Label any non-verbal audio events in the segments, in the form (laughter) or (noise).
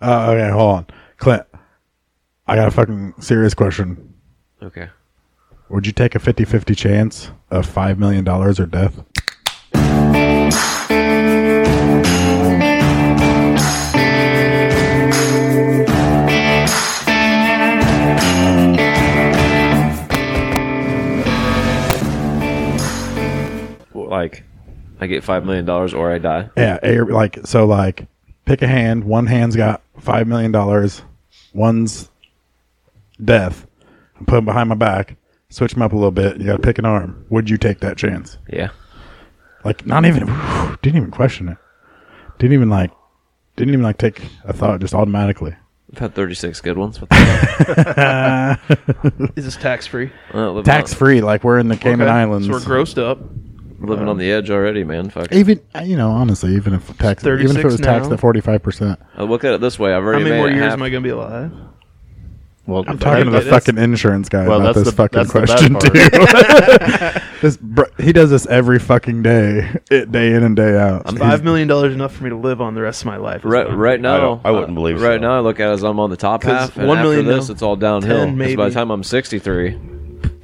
Uh, okay, hold on, Clint. I got a fucking serious question. Okay. Would you take a 50-50 chance of five million dollars or death? Like, I get five million dollars or I die. Yeah, A or, like so like pick a hand, one hand's got five million dollars, one's death. I put 'em behind my back, switch 'em up a little bit, you gotta pick an arm. Would you take that chance? Yeah. Like not even (sighs) didn't even question it. Didn't even like didn't even like take a thought just automatically. I've had thirty six good ones. What the Is this tax free? Well, Uh, living Tax on- free, like we're in the Cayman Islands. So we're grossed up. living on the edge already, man. Fuck. it. even uh, you know, honestly, even if tax even if it 36 was taxed now. at forty five percent. I look at it this way. I've How already many made more it years half- am I going to be alive? Well, I'm talking to the that is- fucking insurance guy Well, about that's this the- fucking that's the bad question part. too. this br- he does this every fucking day, it, day in and day out. I'm- (laughs) He's- Five million dollars enough for me to live on the rest of my life. Right, right now, uh, don't- I wouldn't believe Right so. now, I look at it as I'm on the top 'Cause half, and one after million this, now, it's all downhill. 'Cause 10 by maybe. the time I'm 63,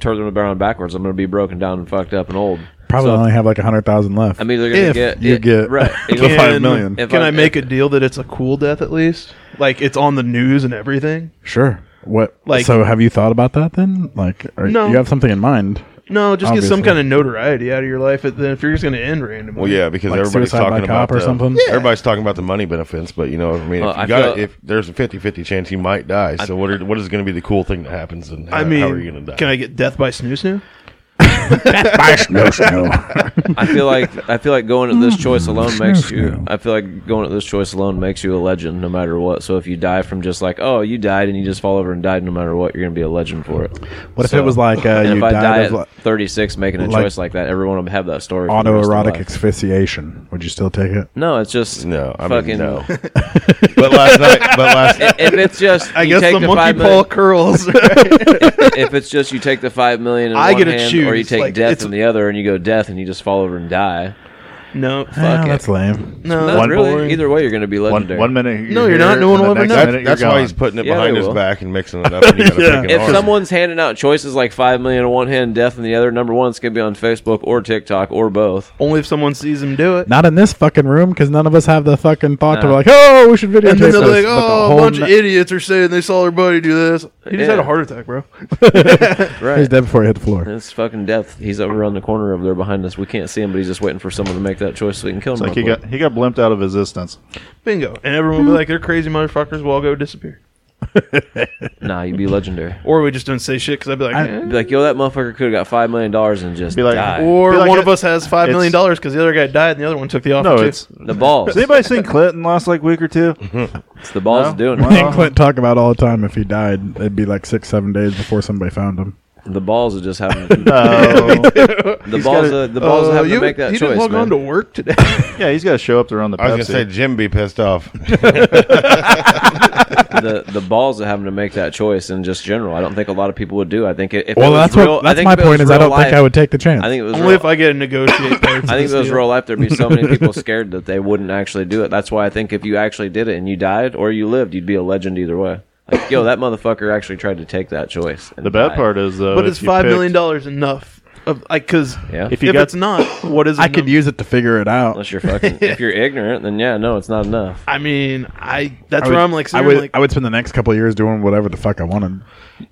turning around backwards, I'm going to be broken down and fucked up and old. probably so only have like a hundred thousand left. I'm either going if to get you it- get (laughs) right. the if I- five million, if Can I make if- a deal that it's a cool death at least? Like it's on the news and everything? sure. What? Like, Like- so have you thought about that then? Like, are, No. you have something in mind? (laughs) No, just get some Obviously. kind of notoriety out of your life. Then if you're just going to end randomly, Well, yeah, because Like everybody's suicide by talking cop about or the, something? Everybody's talking about the money benefits, but you know, I mean, Well, if, you I got feel- if there's a 50-50 chance you might die, so what are, what is going to be the cool thing that happens, and how, I mean, how are you going to die? can I get death by snoo snoo? no, no. I (laughs) feel like I feel like going at this choice alone makes you. Snoo-snoo. I feel like going at this choice alone makes you a legend, no matter what. So if you die from just like, oh, you died and you just fall over and died, no matter what, you're going to be a legend for it. What if So- it was like uh, (laughs) and you if I died die of at like, 36 making a like- choice like that, everyone will have that story. for the rest of their autoerotic life. asphyxiation? Would you still take it? No, it's just No, I fucking mean, no. but (laughs) last night, but last night, (laughs) if (laughs) it's just I you guess take the monkey five paw million- curls. (laughs) if it's just you take the five million in I one get to hand, or you choose, take like, death it's- in the other, and you go death, and you just fall over and die. no, Yeah, it. that's lame. Not no, that's really. boring. Either way, you're going to be One, legendary. one minute. You're No, you're not. here, No one and will the ever next know. minute that, you're that's gone. why he's putting it Yeah, behind they his will. back and mixing (laughs) it up. And you gotta pick an if arm. someone's handing out choices like five million in one hand, death in the other, number one, it's going to be on Facebook or TikTok or both. Only if someone sees him do it. Not in this fucking room because none of us have the fucking thought to No. like, oh, we should videotape And then they're this. like, But the "Oh, a whole bunch ne- of idiots are saying they saw their buddy do this." He just Yeah. had a heart attack, bro. He's Right. dead before he hit the floor. (laughs) It's fucking death. He's over on the corner over there behind us. We can't see him, but he's just waiting for someone to make that choice so we can kill him. It's like he real quick. got he got blimped out of existence. (laughs) Bingo. And everyone will be like, "They're crazy motherfuckers." We'll all go disappear, nah, you'd be legendary. or we just don't say shit because I'd be like, eh. Be like, yo, that motherfucker could have got five million dollars and just Be like, died. or Be like one it- of us has five million dollars because the other guy died and the other one took the offer. No, too. it's. the balls. Has anybody seen Clinton last like week or (laughs) two? It's the balls No? of doing Well, it. Me and Clint talk about all the time. If he died, it'd be like six, seven days before somebody found him. The balls of just (laughs) having (laughs) No. The balls, gotta- of, the balls Uh, of having you- to make that he choice, didn't log man. on to work today. yeah, he's got to show up to run the I Pepsi. was gonna say Jim be pissed off. the the balls of having to make that choice in just general. I don't think a lot of people would do. I think it- if Well, it was that's real, what I that's think my if it point is was I real don't think I life- would take the chance. I think it was Only real, if I get a negotiate. there. I think if it was real life, there'd be so many (laughs) people scared that they wouldn't actually do it. That's why I think if you actually did it and you died or you lived, you'd be a legend either way. Like, yo, that motherfucker actually tried to take that choice. and the bad died. part is though, but if is you five million picked- dollars enough? Of, like, because Yeah. if, If you got- it's not, what is? I enough? could use it to figure it out. unless you're fucking, if you're ignorant, then yeah, no, it's not enough. I mean, I. That's I where would- I'm like. I I would like I would spend the next couple of years doing whatever the fuck I wanted.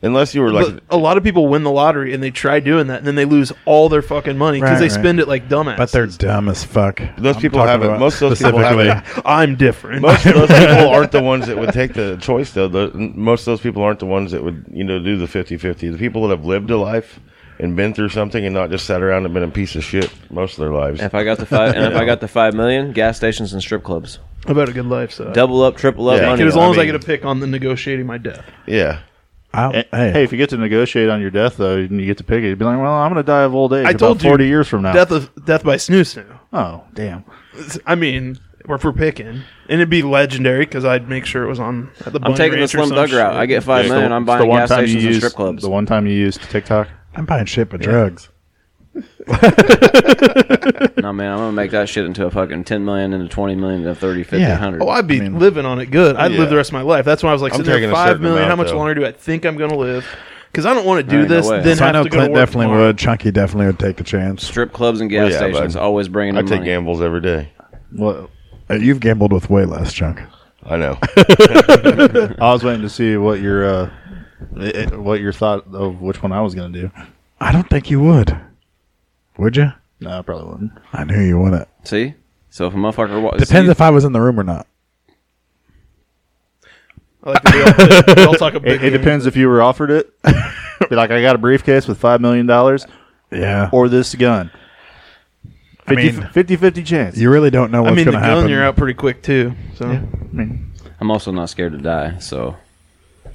Unless you were like, but a lot of people win the lottery and they try doing that and then they lose all their fucking money Right, because they right. spend it like dumbass. But they're dumb as fuck. Those I'm people talking haven't- about most of those people (laughs) haven't. specifically- I'm different. most of those people aren't the ones that would take the choice though the, most of those people aren't the ones that would you know do the 50-50 the people that have lived a life and been through something and not just sat around and been a piece of shit most of their lives If I got the five, and if I got the five million, gas stations and strip clubs, (laughs) about a good life, so double up, triple up Yeah. money. Kid, as long I as I mean- get a pick on the negotiating my death. yeah I'll- Eh, Hey. hey, if you get to negotiate on your death though, and you get to pick it, you'd be like, "Well, I'm gonna die of old age." I about told you, forty years from now. Death of death by snoo snoo. oh, damn. (laughs) I mean, if we're picking, and it'd be legendary because I'd make sure it was on at the. I'm taking the slum slumdog thug route. I get five It's million. the- I'm it's the buying one gas time you stations and used- strip clubs. The one time you used TikTok. I'm buying shit but drugs. No, man, I'm gonna make that shit into a fucking ten million, into twenty million, into thirty, fifty, Yeah. hundred. Oh, I'd be I mean- living on it good. I'd Yeah. live the rest of my life. That's why I was like, I'm sitting there taking a five certain million. amount, how much though. longer do I think I'm going to live? Because I don't want to do ain't no this. way. then So I have know to go to Clint work definitely tomorrow. would. Chunky definitely would take the chance. Strip clubs and gas Well, yeah, stations bud. always bringing I in take money. gambles every day. Well, Uh, You've gambled with way less, Chunk. I know. I was waiting to see what your uh, i- i- what your thought of which one I was gonna do. I don't think you would. Would you? No, I probably wouldn't. I knew you wouldn't. See, so if a motherfucker wa- Depends see, if I was in the room or not. I like that we all, we (laughs) all talk a big It, it game. depends if you were offered it. (laughs) Be like, I got a briefcase with five million dollars Yeah. Or or this gun. 50, I mean, 50 chance. you really don't know I what's mean, the going to gun happen. you're out pretty quick too. So I mean, I'm also not scared to die. So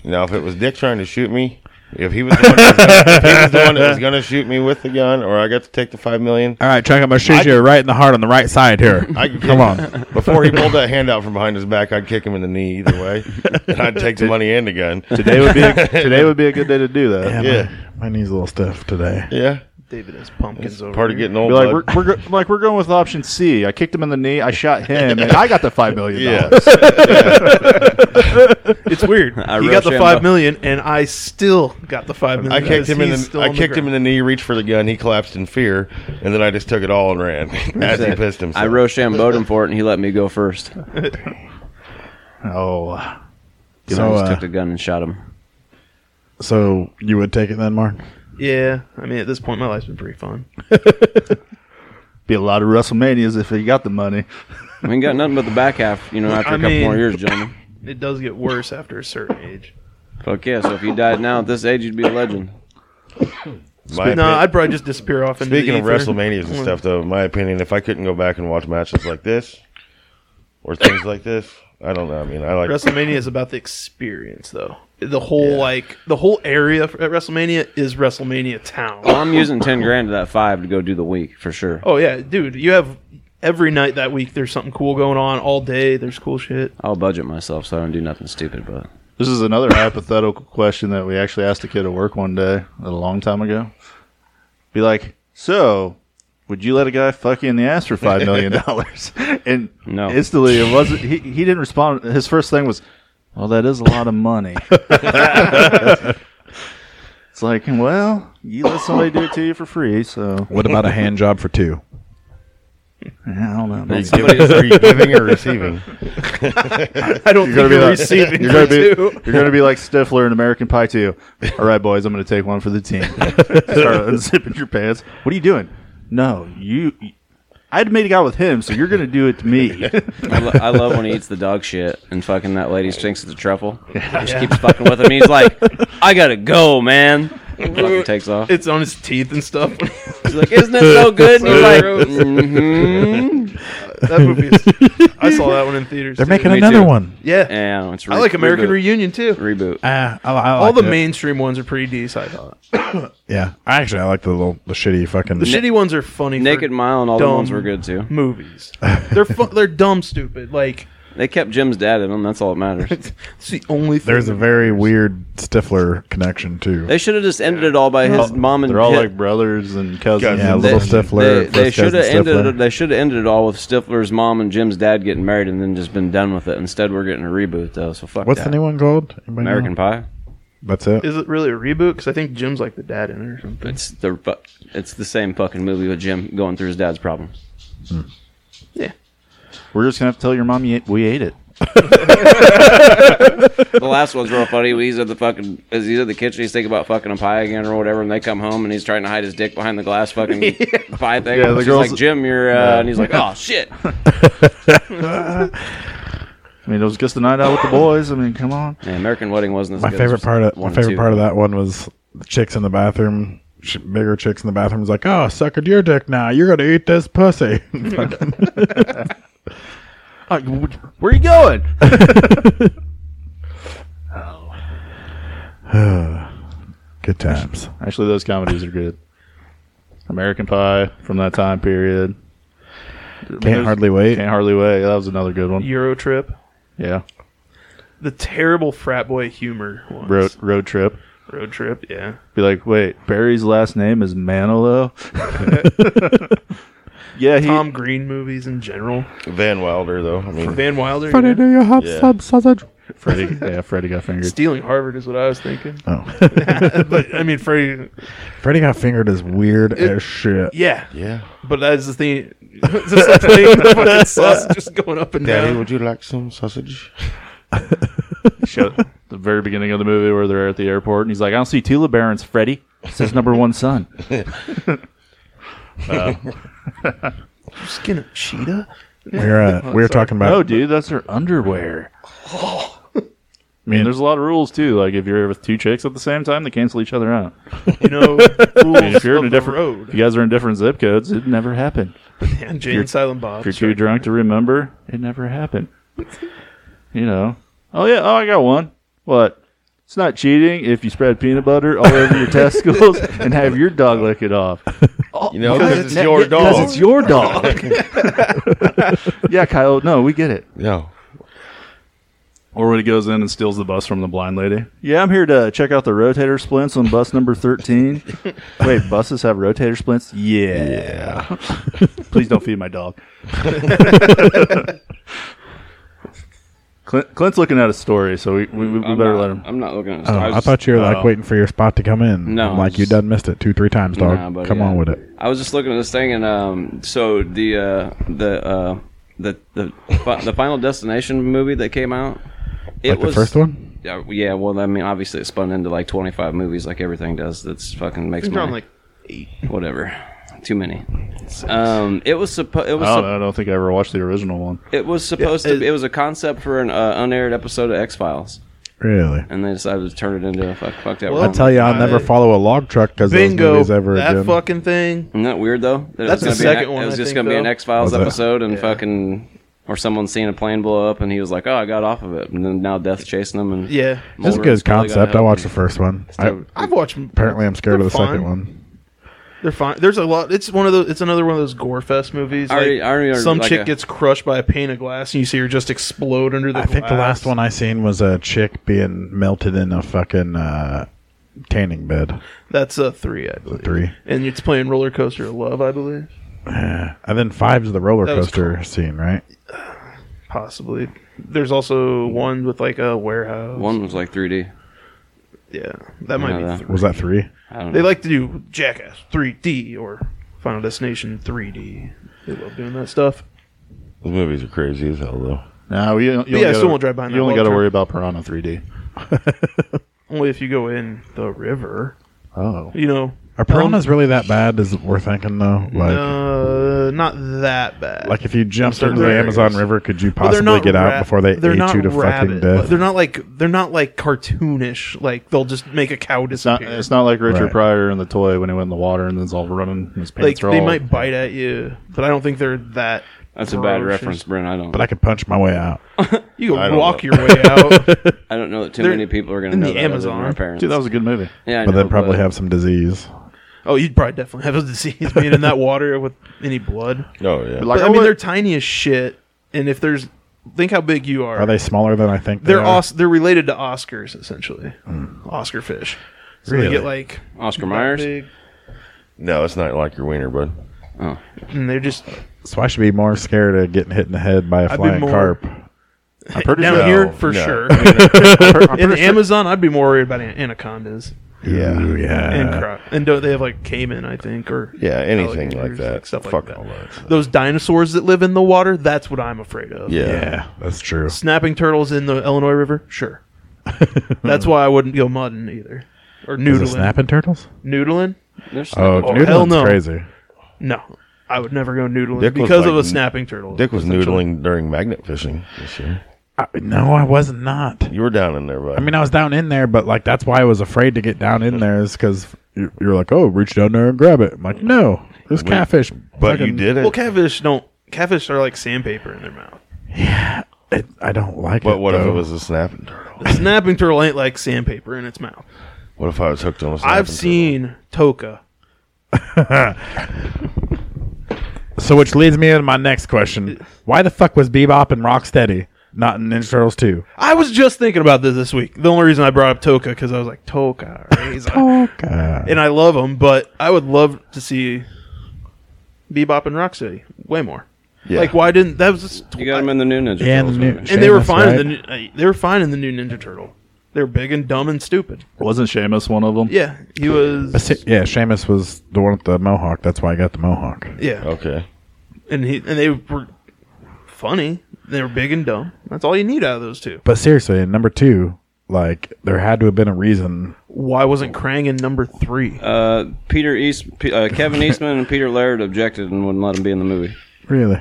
Now, if it was Dick trying to shoot me, if he was the one that was gonna, if he was the one that was going to shoot me with the gun, or I got to take the five million All right, Chunk, I'm going to shoot you right in the heart on the right side here. I could Come kick- on. (laughs) before he pulled that hand out from behind his back, I'd kick him in the knee either way, and I'd take the money and the gun. today would be a, today would be a good day to do (laughs) that. Yeah. Yeah. My, my knee's a little stiff today. Yeah, David has pumpkins over. part of here. getting old. Be (laughs) like we're, bud. we're go- like we're going with option C. I kicked him in the knee. I shot him, and I got the five million yeah, (laughs) (laughs) dollars. It's weird. I he got the rush him up. five million, and I still got the five million. I kicked him in the I kicked him in the. the knee, reached for the gun, he collapsed in fear, and then I just took it all and ran (laughs) as he pissed himself. I rochambeaued him for it, and he let me go first. Oh, You So, know, I just uh, took the gun and shot him. So you would take it then, Mark? Yeah, I mean, at this point, my life's been pretty fun. be a lot of WrestleManias if he got the money. We ain't got nothing but the back half, you know, after a (laughs) I couple mean- more years, gentlemen. It does get worse after a certain age. Fuck yeah! So if you died now at this age, you'd be a legend. My no, opinion- I'd probably just disappear off into Speaking the of ether. WrestleManias and stuff, though, in my opinion, if I couldn't go back and watch matches like this or things like this, I don't know. I mean, I like WrestleMania is about the experience, though. The whole like the whole area f- at WrestleMania is WrestleMania Well, town. I'm using ten grand of that five to go do the week for sure. Oh yeah, dude, you have every night that week. There's something cool going on all day. There's cool shit. I'll budget myself so I don't do nothing stupid. But This is another hypothetical question that we actually asked a kid at work one day a long time ago. Be like, so would you let a guy fuck you in the ass for five million dollars? (laughs) and No. instantly it wasn't. He, he didn't respond. His first thing was, "Well, that is a lot of money." (laughs) it's like, well, you let somebody do it to you for free, so What about a hand job for two? (laughs) yeah, I don't know. And man. somebody just- are you giving or receiving? I don't think (laughs) You're gonna you're be like, receiving. you're gonna be, too. you're gonna be like Stifler in American Pie too. All right, boys, I'm gonna take one for (laughs) the team. (laughs) Start unzipping your pants. What are you doing? No, you. I had made it out with him, so you're gonna do it to (laughs) me. I, lo- I love when he eats the dog shit and fucking that lady stinks at the (laughs) truffle. She just keeps fucking with him. He's like, I gotta go, (laughs) man. And Fucking takes off. It's on his teeth and stuff. (laughs) He's like, isn't it so good? And (laughs) you're like, mm-hmm. that movie. Is, I saw that one in theaters. They're too. making Me another too. one. yeah. yeah, it's re- I like American reboot. Reunion too. reboot. Ah, I, I All liked the it. mainstream ones are pretty decent. I thought Yeah, I actually I like the little the shitty fucking. the shitty ones are funny. for Naked Mile and all the dumb ones were good too. Movies. (laughs) They're fu- they're dumb stupid. Like They kept Jim's dad in them. That's all that (laughs) matters. it's the only. Thing There's a very weird Stifler connection too. They should have just ended it all by his mom and They're all hit- like brothers and cousins. yeah, and little shit. Stifler. They, first they should have cousin ended. Stifler. It, they should have ended it all with Stifler's mom and Jim's dad getting married, and then just been done with it. Instead, we're getting a reboot though. So fuck. What's that. the new one called? Anybody know? American Pie? That's it. Is it really a reboot? Because I think Jim's like the dad in it or something. It's the fu- it's the same fucking movie with Jim going through his dad's problems. We're just gonna have to tell your mom you, we ate it. The last one's real funny. He's at the fucking as he's at the kitchen. He's thinking about fucking a pie again or whatever, and they come home and he's trying to hide his dick behind the glass (laughs) fucking pie thing. Yeah, the She's girls- like Jim, you're, uh, and he's like, oh shit. (laughs) I mean, it was just a night out with the boys. I mean, come on. Man, American Wedding wasn't as my good favorite as part of my one and favorite two. part of that one was the chicks in the bathroom. ch- Bigger chicks in the bathroom was like, "Oh, suck at your dick now. You're gonna eat this pussy." (laughs) Uh, wh- Where you going? Good times. Actually, those comedies are good. American Pie from that time period. Can't hardly wait. Can't hardly wait. That was another good one. (laughs) Euro trip. Yeah. The terrible frat boy humor. Ones. Road road trip. Road trip, yeah. Be like, wait, Barry's last name is (laughs) Manilow. yeah, he. Tom Green movies in general. Van Wilder, though. I Mm. mean, Van Wilder, Freddie, yeah. do you have Yeah. some (laughs) sausage? Freddie, yeah, Freddie got fingered. stealing Harvard is what I was thinking. Oh, (laughs) but I mean, Freddie, Freddie got fingered is weird It- as shit. yeah. yeah. But that's the (laughs) thing. It's just playing the fucking sauce just going up and Daddy, down. would you like some sausage? Show- the very beginning of the movie where they're at the airport, and he's like, "I don't see Tula Barron's Freddie." It's his number one (laughs) son. (laughs) skin a cheetah. We were (laughs) uh, we were talking about No, dude, that's her underwear. I mean, there's a lot of rules too. Like if you're with two chicks at the same time, they cancel each other out. You (laughs) know, And rules if you're of in a the different if road. you guys are in different zip codes, it never happened. Yeah, Jane and Silent Bob. If you're too drunk to remember, it never happened. You know. Oh yeah. Oh, I got one. What? It's not cheating if you spread peanut butter all over (laughs) your testicles and have your dog lick it off. You know, because it's your Because dog. it's your dog. (laughs) yeah, Kyle. No, we get it. No. Or when he goes in and steals the bus from the blind lady. Yeah, I'm here to check out the rotator splints on bus number (laughs) 13. Wait, buses have rotator splints? Yeah. (laughs) Please don't feed my (laughs) dog. Clint, Clint's looking at a story, so we, we, we I'm better not, let him. I'm not looking at. Oh, I, thought you were like oh. waiting for your spot to come in. No, I'm like you just- done missed it two, three times, dog. Nah, buddy, Come yeah. on with it. I was just looking at this thing, and um, so the uh, the uh, the the fi- the Final Destination movie that came out. It Like the first one. Yeah, yeah, well, I mean, obviously, it spun into like 25 movies, like everything does. That's fucking makes It's on money. like Whatever, too many. Um, it was supposed. It was. I sup- don't know. I don't think I ever watched the original one. it was supposed to. It, was a concept for an uh, unaired episode of X Files, Really? and they decided to turn it into a fuck, fucked up. Well, I tell you, I'll never I- follow a log truck because those bingo. movies ever That again. fucking thing. Isn't that weird though? That That's it was the gonna be an- second one, It was I just think, gonna be an though. X Files Was it? episode, and Yeah. fucking or someone seeing a plane blow up, and he was like, "Oh, I got off of it," and then now death chasing him, and Yeah. That's a Mulder good probably got concept. I out. watched the first one. I, Still- I've watched. 'em. apparently, I'm scared of They're the fine. second one. They're fine. There's a lot. It's one of those. It's another one of those gore fest movies. I already- like, I already- some like chick a- gets crushed by a pane of glass, and you see her just explode under the. I think the last one I seen was a chick being melted in a fucking uh, tanning bed. That's a three, I believe. Three, And it's playing Roller Coaster of Love, I believe. and then five's the roller That was coaster scene, right? Possibly. There's also one with like a warehouse. One was like 3D. Yeah, that might Yeah, that- be. Three. Was that three? I don't know. They like to do Jackass 3D or Final Destination 3D. They love doing that stuff. Those movies are crazy as hell, though. No, you, you only I gotta- still won't drive behind You that only log got to truck. worry about Piranha 3D. Only if you go in the river, Oh. you know. Are piranhas really that bad? Is we're thinking though? Like, Uh, not that bad. like if you jumped into the Certain Amazon areas. River, could you Well, they're possibly not get out rab- before they they're ate not you to fucking rabid. death? They're not like they're not like cartoonish. Like they'll just make a cow It's not, disappear. it's not like Richard Right. Pryor in the toy when he went in the water and it's all running. and His like pants are they all- might bite at you, but I don't think they're that. That's a bad ferocious. reference, Brent. I don't. but I could punch my way out. You I can don't walk know. your way out. I don't know that too They're many people are gonna in know the that other than Amazon. our parents. (laughs) Dude, that was a good movie. yeah, I but know, then probably have some disease. oh, you'd probably definitely have a disease being in that water with any blood. Oh, yeah. But, Like, I I mean, would- they're tiny as shit. And if there's, think how big you are. Are they smaller than I think? They're they are? os- They're related to Oscars essentially. Oscar fish. So Really? they get like Oscar that Myers. big, No, it's not like your wiener, bud. Oh, and they're just So I should be more scared of getting hit in the head by a be flying more- carp. I'm pretty down sure. here for no. sure. I'm pretty- (laughs) I'm in pretty the sure- Amazon, I'd be more worried about an- anacondas Yeah, and yeah. crap. And don't they have like caiman? I think or Yeah, anything like alligators, that. stuff like Fuck that. all that. stuff. Those dinosaurs that live in the water. That's what I'm afraid of. Yeah. Yeah, that's true. Snapping turtles in the Illinois River. Sure. that's why I wouldn't go mudding either. Or Is it noodling. snapping turtlers? Noodling? there's Oh, Oh, noodling's hell no. crazy. No, I would never go noodling Dick was because like- of a snapping turtle. Dick was essentially. noodling during magnet fishing this year. I, no, I was not. You were down in there, bud. I mean, I was down in there, but like that's why I was afraid to get down in there is because you're, you're like, oh, reach down there and grab it. I'm like, no, there's catfish. but you Fucking- did it. Well, catfish don't. Catfish are like sandpaper in their mouth. It, I don't like it. But what if it though. was a snapping turtle? The snapping turtle ain't like sandpaper in its mouth. What if I was hooked on a snapping I've turtle? seen toka. So, which leads me into my next question: Why the fuck was Bebop and Rocksteady Not in Ninja Turtles 2. I was just thinking about this this week. The only reason I brought up Toka because I was like Toka, Reza. Okay. and I love them, but I would love to see Bebop and Rocksteady way more. Yeah. Like, why didn't that was just You got him in the new And Ninja Turtles the new- movie. and they were Seamus, fine. In right? the new, uh, they were fine in the new Ninja Turtle. They were big and dumb and stupid. Wasn't Seamus one of them? Yeah, he was. Yeah, Seamus was the one with the mohawk. That's why I got the mohawk. Yeah, Okay. and he and they were funny. They were big and dumb. That's all you need out of those two. But seriously, in number two, like, there had to have been a reason. Why wasn't Krang in number three? Uh, Peter East, P- uh, Kevin Eastman, and Peter Laird objected and wouldn't let him be in the movie. Really?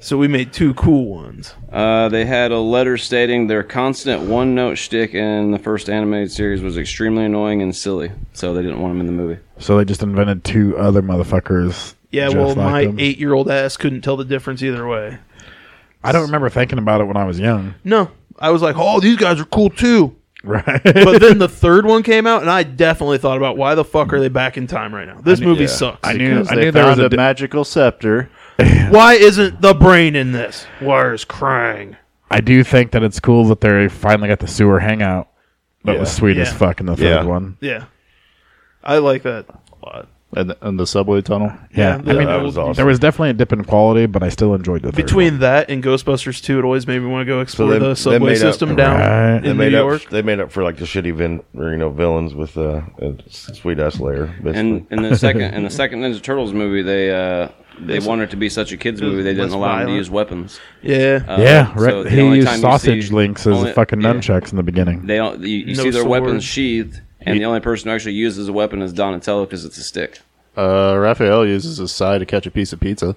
so we made two cool ones. Uh, they had a letter stating their constant one-note shtick in the first animated series was extremely annoying and silly, so they didn't want him in the movie. So they just invented two other motherfuckers. Yeah, just well, like my them. eight-year-old ass couldn't tell the difference either way. I don't remember thinking about it when I was (laughs) young. No, I was like, oh, these guys are cool too. Right. (laughs) But then the third one came out, and I definitely thought about why the fuck are they back in time right now? This movie sucks. I knew, Because I they knew there was found a. a, Di- magical scepter. Why isn't the brain in this? Where's Krang? I do think that it's cool that they finally got the sewer hangout. That was sweet as Yeah. fuck in the third Yeah. one. Yeah, I like that a lot. And, and the subway tunnel. Yeah, Yeah, I mean, that it was was- awesome. there was definitely a dip in quality, but I still enjoyed the third Between that and Ghostbusters 2, it always made me want to go explore they- the they subway made up- system down Right. in They They made New up. York. They made up for like the shitty vin, or, you know, villains with uh, a sweet ass layer. Basically. And in the (laughs) second, in the second Ninja Turtles movie, they uh, they wanted it to be such a kids movie they didn't less allow him to violent. use weapons. Yeah, Uh, one. Yeah, right. so the he only used time you sausage see- links as only- fucking yeah. nunchucks in the beginning. They don't. You, you No see their sword. weapons sheathed, and the only person who actually uses a weapon is Donatello because it's a stick. Uh, Raphael uses his side to catch a piece of pizza,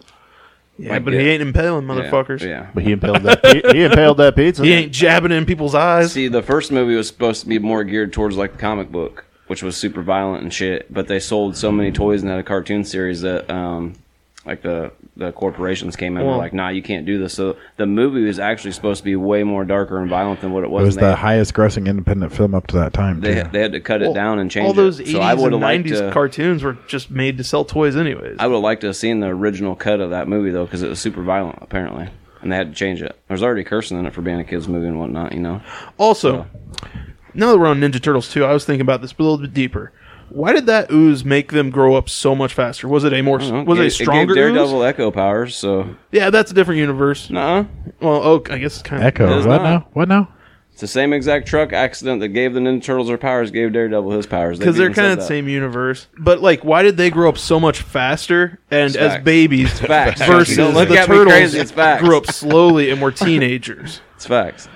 yeah, like but it. he ain't impaling Yeah, motherfuckers. Yeah. but he impaled that. He, he impaled that (laughs) pizza. He ain't jabbing in people's eyes. See, the first movie was supposed to be more geared towards like the comic book, which was super violent and shit. But they sold so many toys and had a cartoon series that, um, like the the corporations came in and were Well- like, "Nah, you can't do this." So the movie was actually supposed to be way more darker and violent than what it was. it was and the highest grossing independent film up to that time. they, too. they, they had to cut it down and change All those it. 80s So I would have and liked 90s to. cartoons were just made to sell toys, anyways. I would have liked to have seen the original cut of that movie though, because it was super violent apparently, and they had to change it. There's already cursing in it for being a kids movie and whatnot, you know. Also, now that we're on Ninja Turtles 2, I was thinking about this a little bit deeper. Why did that ooze make them grow up so much faster? Was it a more Well, was it, a gave- stronger It gave Daredevil ooze? Echo powers, so Yeah, that's a different universe. nah. Well, oh, I guess it's kind of Echo. is What not. now? What now? It's the same exact truck accident that gave the Ninja Turtles their powers, gave Daredevil his powers. because they're even said kind of the that. same universe. But like, why did they grow up so much faster and as facts. babies facts. versus Don't look the at me turtles crazy, it's facts. grew up slowly and (laughs) were teenagers? It's facts.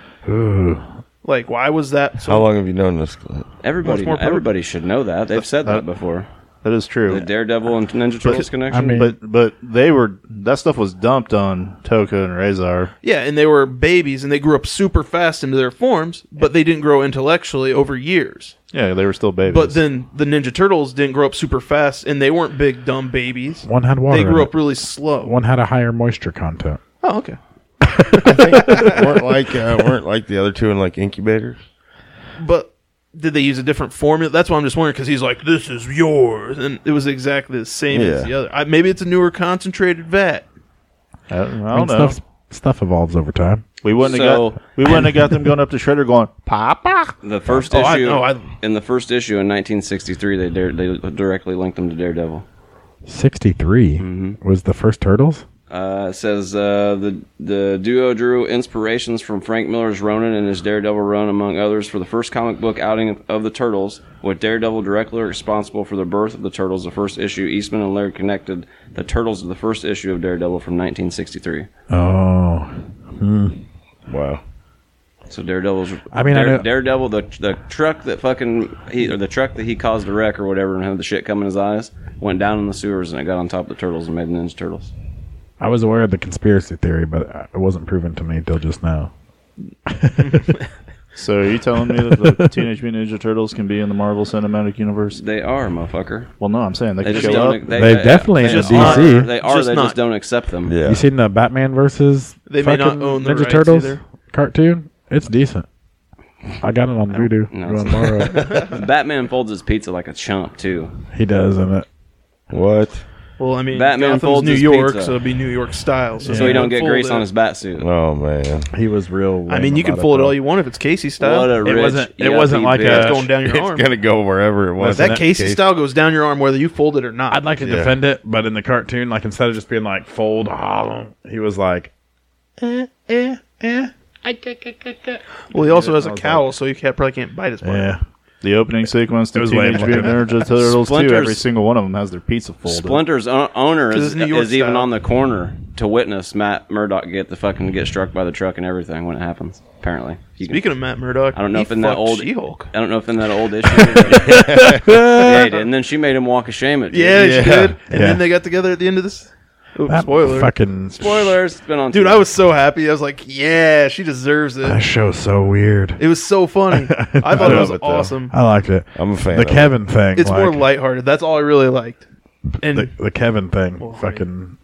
Like, why was that? So How long have you known this? Everybody, Much more Uh, pro- everybody should know that. They've said that before. That is true. The Daredevil and Ninja Turtles connection. mean- but but they were that stuff was dumped on Toka and Razor. Yeah, and they were babies and they grew up super fast into their forms, but they didn't grow intellectually over years. Yeah, they were still babies. But then the Ninja Turtles didn't grow up super fast, and they weren't big dumb babies. One had water. They in grew it. up really slow. One had a higher moisture content. Oh, okay. (laughs) weren't like uh, weren't like the other two in like incubators. But did they use a different formula? That's why I'm just wondering because he's like, "This is yours," and it was exactly the same as Yeah. the other. I, maybe it's a newer concentrated vat. I don't, I Oh, I mean, don't know. stuff stuff evolves over time. We wouldn't So- have got we wouldn't have got them going up to Shredder going Papa. the first Oh, I- issue, no, I- in the first issue in 1963, they dare, they directly linked them to Daredevil. Sixty Mm-hmm. was the first Turtles. Uh, it says uh, the the duo drew inspirations from Frank Miller's Ronin and his Daredevil run, among others, for the first comic book outing of, of the Turtles. With Daredevil directly responsible for the birth of the Turtles, the first issue, Eastman and Laird connected the Turtles to the first issue of Daredevil from 1963. Oh, Wow. So Daredevil's. I mean, I know- Daredevil, the the truck that fucking he or the truck that he caused a wreck or whatever and had the shit come in his eyes went down in the sewers and it got on top of the turtles and made the Ninja Turtles. I was aware of the conspiracy theory, but uh, it wasn't proven to me till just now. So are you telling me (laughs) that the Teenage Mutant Ninja Turtles can be in the Marvel Cinematic Universe? They are motherfucker. Well, no, I'm saying they, They can just show don't. up. They definitely they in just DC. Are, they are. Just they not- just don't accept them. (laughs) Yeah. You seen the Batman versus They may not fucking own the Ninja rights Turtles either. cartoon? It's decent. I got it on Voodoo. no, You wanna it's (laughs) borrow it? Batman folds his pizza like a chump too. he does, and it What? Well, I mean, Batman Batman Gotham's folds New his York, pizza. so it'd be New York style. So, so he don't get fold grease it. on his bat suit. Oh man, He was real. I mean, you can fold it all you want if it's Casey style. What a It rich wasn't- it ELP wasn't like bitch. a- it's going down your it's arm. gonna go wherever it was. that In Casey case- style goes down your arm whether you fold it or not. I'd like to Yeah. defend it, but in the cartoon, like instead of just being like fold, (laughs) ah, he was like, well, he also has a was cowl, so you can't, probably can't bite his part. yeah. The opening sequence to was way Teenage more than Mutant Ninja Turtles 2, every Splinter's- single one of them has their pizza folded. Splinter's o- owner This is, is New York is even style. on the corner to witness Matt Murdock get the fucking get struck by the truck and everything when it happens. Apparently, you Speaking of Matt Murdock, I don't know he if in that fucked old- She-Hulk. I don't know if in that old (laughs) issue. yeah, he did. And then she made him walk a shame at Yeah, Yeah. she did. And Yeah. then they got together at the end of this. Oops, That spoiler. Fucking Spoilers. It's been on. Dude, I was so happy. I was like, yeah, she deserves That it. show's so weird. It was so funny. (laughs) I thought it love was it, though. awesome. I liked it. I'm a fan. The of it. Kevin thing. It's like, more lighthearted. That's all I really liked. And the, the Kevin thing. Well, I mean- fucking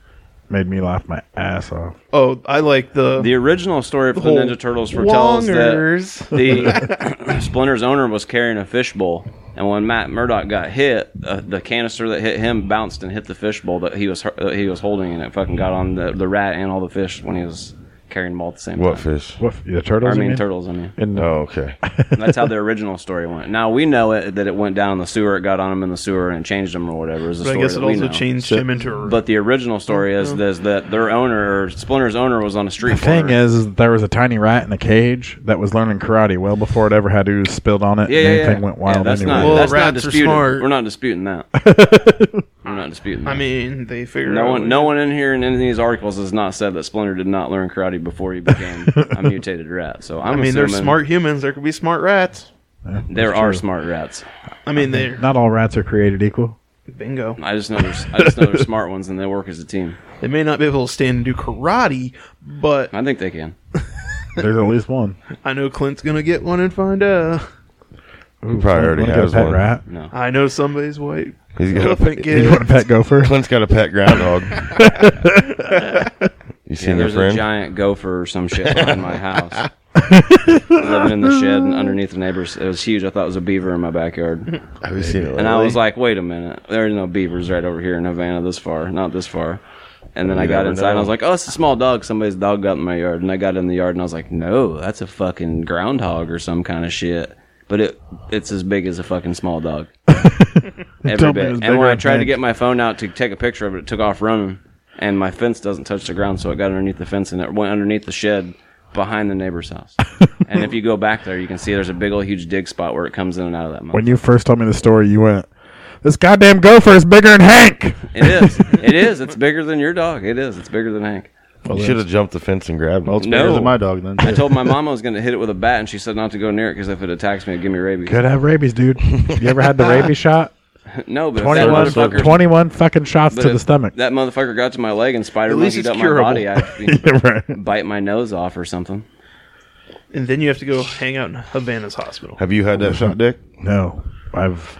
made me laugh my ass off. oh, I like the, The original story of the, whole Ninja Turtles foretells that wongers. the (laughs) Splinter's owner was carrying a fishbowl, and when Matt Murdock got hit, uh, the canister that hit him bounced and hit the fishbowl that he was that he was holding, and it fucking got on the, the rat and all the fish when he was carrying them all at the same What time. (laughs) fish? What the turtles? I you mean, mean? turtles. I mean, In the, Oh, (laughs) okay. that's how the original story went. Now we know it that it went down in the sewer, it got on him in the sewer, and changed him or whatever. Is the But I story guess that it we also know. changed Oh, him into a. But the original story is, is that their owner, or Splinter's owner, was on a street. the thing corner. is, is there was a tiny rat in a cage that was learning karate well before it ever had ooze spilled on it. yeah, and yeah, yeah. anything went wild Yeah, that's anyway. not, Well, that's not rats are disputed. smart. We're not disputing that. (laughs) We're not disputing that. I mean, they figured no out one, no one in here in any of these articles has not said that Splinter did not learn karate before he became (laughs) a mutated rat. So I'm I mean, they're assuming smart humans. There could be smart rats. There are smart rats. I mean, they're Not all rats are created equal. bingo. I just know there's, I just know there's smart ones and they work as a team. They may not be able to stand and do karate, but I think they can. There's at least one. I know Clint's gonna get one and find out. (laughs) He probably already Wanna get a has pet one. rat? No. I know somebody's (laughs) white. He's got a Elephant pet- You kid. want a pet gopher? Clint's got a pet groundhog. you Yeah, seen your there's a friend? giant gopher or some shit behind (laughs) my house. Living in the shed and underneath the neighbors. It was huge. I thought it was a beaver in my backyard. Have you seen it? And I lately? was like, wait a minute. There are no beavers right over here in Havana this far, not this far. And then I You got never inside and I know. was like, oh, it's a small dog. Somebody's dog got in my yard. And I got in the yard and I was like, no, that's a fucking groundhog or some kind of shit. But it it's as big as a fucking (laughs) small dog. Every Tell me it's bit. bigger And when I than tried to Hank. get my phone out to take a picture of it, it took off running. And my fence doesn't touch the ground, so it got underneath the fence and it went underneath the shed behind the (laughs) neighbor's house. and if you go back there, you can see there's a big old huge dig spot where it comes in and out of that. When you first told me the story, you went, "This goddamn gopher is bigger than Hank." It is. It is. It's bigger than your dog. It is. It's bigger than Hank. you should have jumped the fence and grabbed him. Well, it's No. better than my dog then. I told my mom I was going to hit it with a bat, and she said not to go near it because if it attacks me, it'd give me rabies. Could have rabies, dude. You ever had the rabies shot? (laughs) No, but if that 21, motherfucker, 21 fucking shots but to the if stomach. That motherfucker got to my leg and spider At least monkeyed it's up my curable. body. I'd be- (laughs) Yeah, right. bite my nose off or something. And then you have to go hang out in Havana's hospital. Have you had that shot, Dick? No, I've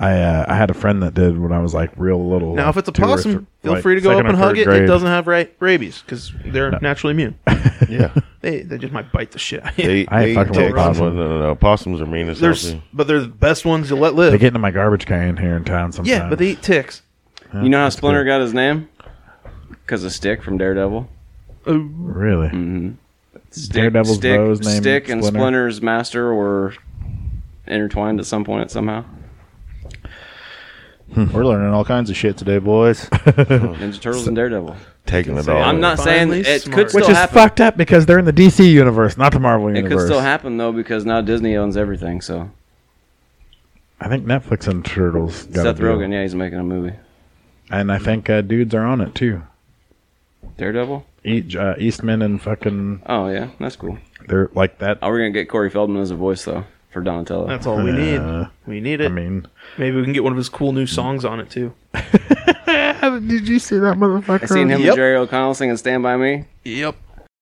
I uh, I had a friend that did when I was like real little. Now, if it's a two or possum, th- feel like, free to go second up and or hug third it. It grade. (laughs) doesn't (laughs) have ra- rabies because they're naturally immune. Yeah. They they just might bite the shit. out of you. (laughs) They, I ain't they fucking with take a them. possum. No, no, no. Possums are mean as They're hell. s- too. but they're the best ones to let They live. get into my garbage can here in town sometimes. Yeah, but they eat ticks. you know how Splinter got his name? Because of Stick from Daredevil. really. Mm. Stick, Daredevil's Stick, beau's name Stick and Splinter? Splinter's master were intertwined at some point somehow. (laughs) We're learning all kinds of shit (laughs) today, boys. Ninja Turtles and Daredevil. Taking the dog. I'm not saying Oh, Finally it smart. could still Which is happen. fucked up because they're in the DC universe, not the Marvel It universe. could still happen though because now Disney owns everything. So I think Netflix and Turtles. Got Seth a deal. Rogen, yeah, he's making a movie. and I think uh, dudes are on it too. Daredevil. Each, uh, Eastman and fucking Oh yeah, that's cool. they're like that. Are we gonna get Corey Feldman as a voice though for Donatello? That's all we need. Uh, we need it. I mean, Maybe we can get one of his cool new songs on it too. did you see that motherfucker? I seen him Yep. and Jerry O'Connell singing "Stand by Me." Yep.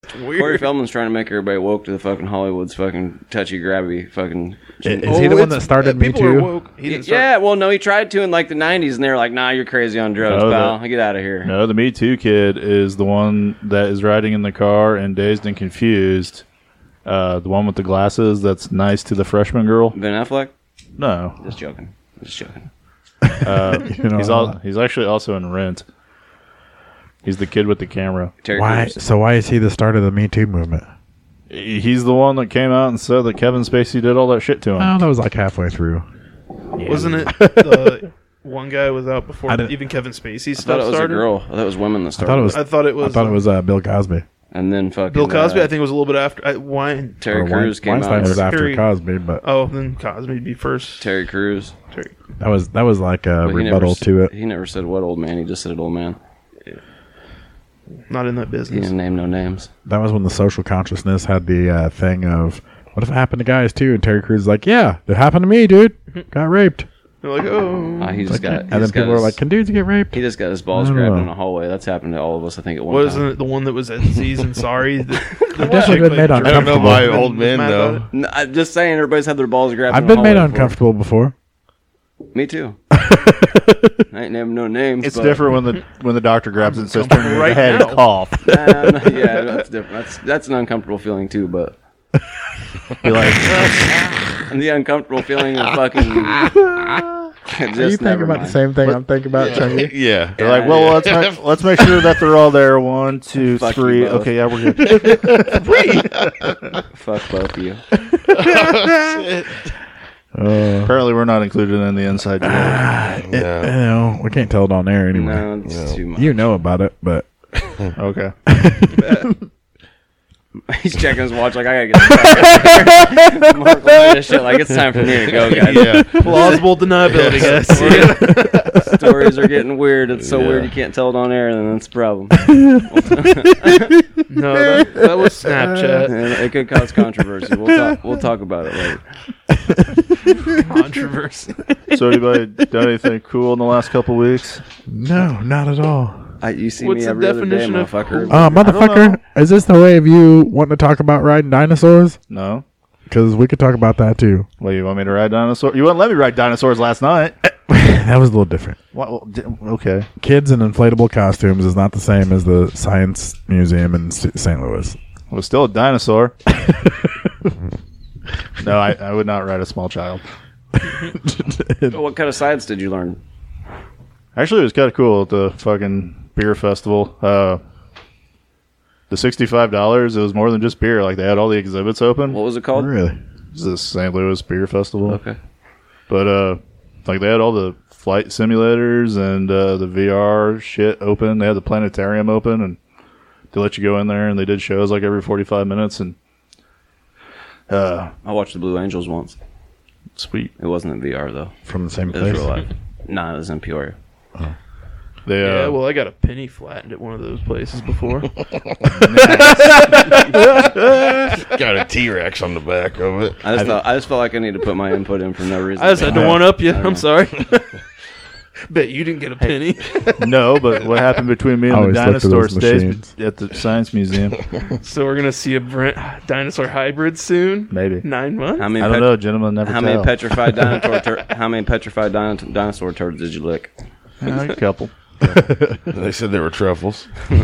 It's weird. Corey Feldman's trying to make everybody woke to the fucking Hollywood's fucking touchy grabby fucking. Is he Oh, the one it's- that started uh, Me people are Too? woke. He didn't start- Yeah, well, no, he tried to in like the '90s, and they were like, "Nah, you're crazy on drugs, No, pal. that- Get out of here." no, the Me Too kid is the one that is riding in the car and dazed and confused. Uh, the one with the glasses that's nice to the freshman girl. Ben Affleck, No, just joking, just joking. Uh, (laughs) know, he's I all, like- he's actually also in Rent. He's the kid with the camera. Terry Why? Crews. So why is he the start of the Me Too movement? He's the one that came out and said that Kevin Spacey did all that shit to him. Oh, that was like halfway through. (laughs) Wasn't it the one guy was out before I didn't- even Kevin Spacey I thought stuff it was started? a girl. I thought it was women that I started. thought it was. I thought it was. I thought it was uh, Bill Cosby. And then fucking Bill Cosby. uh, I think it was a little bit after. I, Wine. Or Terry Wein- Crews came Weinstein out. was after Terry- Cosby, but Oh, then Cosby would be first. Terry Crews. that was that was like a But he never rebuttal s- to it. He never said what old man. He just said old man. Not in that He business. didn't name no names. That was when the social consciousness had the uh, thing of what if it happened to guys too? And Terry Crews is like, yeah, it happened to me, dude. Got raped. They're like, oh, Uh, he just Like, got. and he then just people got are his- like, can dudes get raped? He just got his balls I don't grabbed know. in a hallway. That's happened to all of us, I think, at one wasn't time. it the one that was at Z's and sorry? (laughs) I've definitely been made I don't know Comfortable. why old men Mad about it? though. No, I'm just saying, everybody's had their balls grabbed. I've in a been made hallway before. uncomfortable before. (laughs) Me too. I ain't named no names. It's but- different when the when the doctor grabs it and says, "Turn your right head now." and cough." Nah, I'm not- yeah, that's different. That's that's an uncomfortable feeling too. But Be like, and the uncomfortable feeling (laughs) of fucking. (laughs) just Are you thinking never about the mind. same thing I'm thinking about, (laughs) Chunky? (laughs) Yeah. they're like, "Well, let's make, let's make sure that they're all there. One, two, Fuck you three. both. Okay, yeah, we're good." Fuck both of you. Uh, Apparently, we're not included in the inside. joke. You Uh, know, we can't tell it on air anyway. No, it's too much. You know about it, but okay. He's checking his watch like I gotta get. This (laughs) Mark looking at this shit like it's time for me to go, guys. yeah. plausible deniability, guys. (laughs) Stories are getting weird. It's so Yeah. weird you can't tell it on air, and that's a problem. (laughs) No, that, that was (laughs) Snapchat And it could cause controversy. We'll talk. We'll talk about it later. controversy. So, anybody done anything cool in the last couple weeks? (laughs) no, not at (laughs) all. I, you see What's me the every other day, definition of motherfucker. Uh, motherfucker, is this the way of you wanting to talk about riding dinosaurs? No. Because we could talk about that (laughs) too. Well, you want me to ride dinosaurs? You wouldn't let me ride dinosaurs last night. that was a little different. What, well, di- okay. Kids in inflatable costumes is not the same as the Science Museum in S- St. Louis. It was still a dinosaur. (laughs) no, I, I would not ride a small child. What kind of science did you learn? Actually, it was kind of cool at the fucking beer festival. Uh, the sixty-five dollars. It was more than just beer. Like they had all the exhibits open. What was it called? really? It was the St. Louis Beer Festival. Okay. But uh, like they had all the flight simulators and uh, the VR shit open. They had the planetarium open, and they let you go in there. And they did shows like every forty-five minutes. And uh, I watched the Blue Angels once. sweet, It wasn't in VR though. From the same It was place? real life. Nah, it was in Peoria. they uh, Yeah, well, I got a penny flattened at one of those places (laughs) before. (laughs) Got a T Rex on the back of it. I just felt I just felt like I need to put my input in for no reason. I just had to one up you. I don't I'm know. (laughs) sorry. Bet you didn't get a penny. (laughs) no, but what happened (laughs) between me I and the always look for dinosaur those stays machines. be- at the science (laughs) museum. so we're gonna see a Brent dinosaur hybrid soon. Maybe Nine months. How many? I don't pet- know, gentlemen. Never How tell. many (laughs) petrified (laughs) dinosaur? Tur- how many petrified dino- dinosaur turds did you lick? (laughs) Yeah, a couple. They said they were truffles. They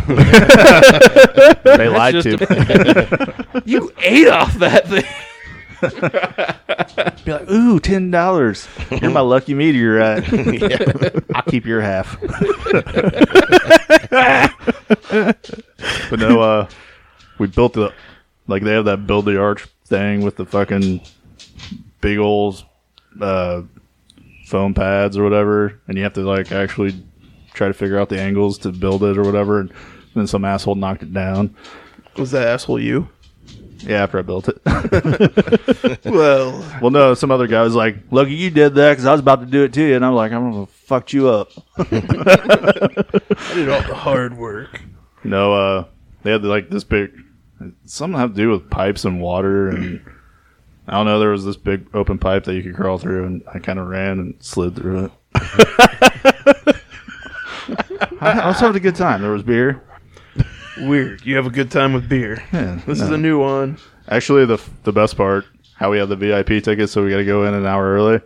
lied just to. a- me. you ate off that thing. (laughs) Be (laughs) like, ooh, ten dollars. You're my lucky (laughs) meteorite. I'll keep your (laughs) half. but no, uh, we built the like they have that build the arch thing with the fucking big old uh, foam pads or whatever, and you have to like actually try to figure out the angles to build it or whatever. And then some asshole knocked it down. Was that asshole you? Yeah, after I built it. (laughs) (laughs) Well, Well, no, some other guy was like, "Lucky you did that because I was about to do it to you," and I'm like, "I'm gonna fuck you (laughs) up." I did all the hard work. No, uh, they had like this big, something have to do with pipes and water, and I don't know. There was this big open pipe that you could crawl through, and I kind of ran and slid through it. I, I was having a good time. There was beer. Weird. You have a good time with beer. Yeah, This is no. a new one. Actually, the the best part, how we had the VIP tickets, so we got to go in an hour early,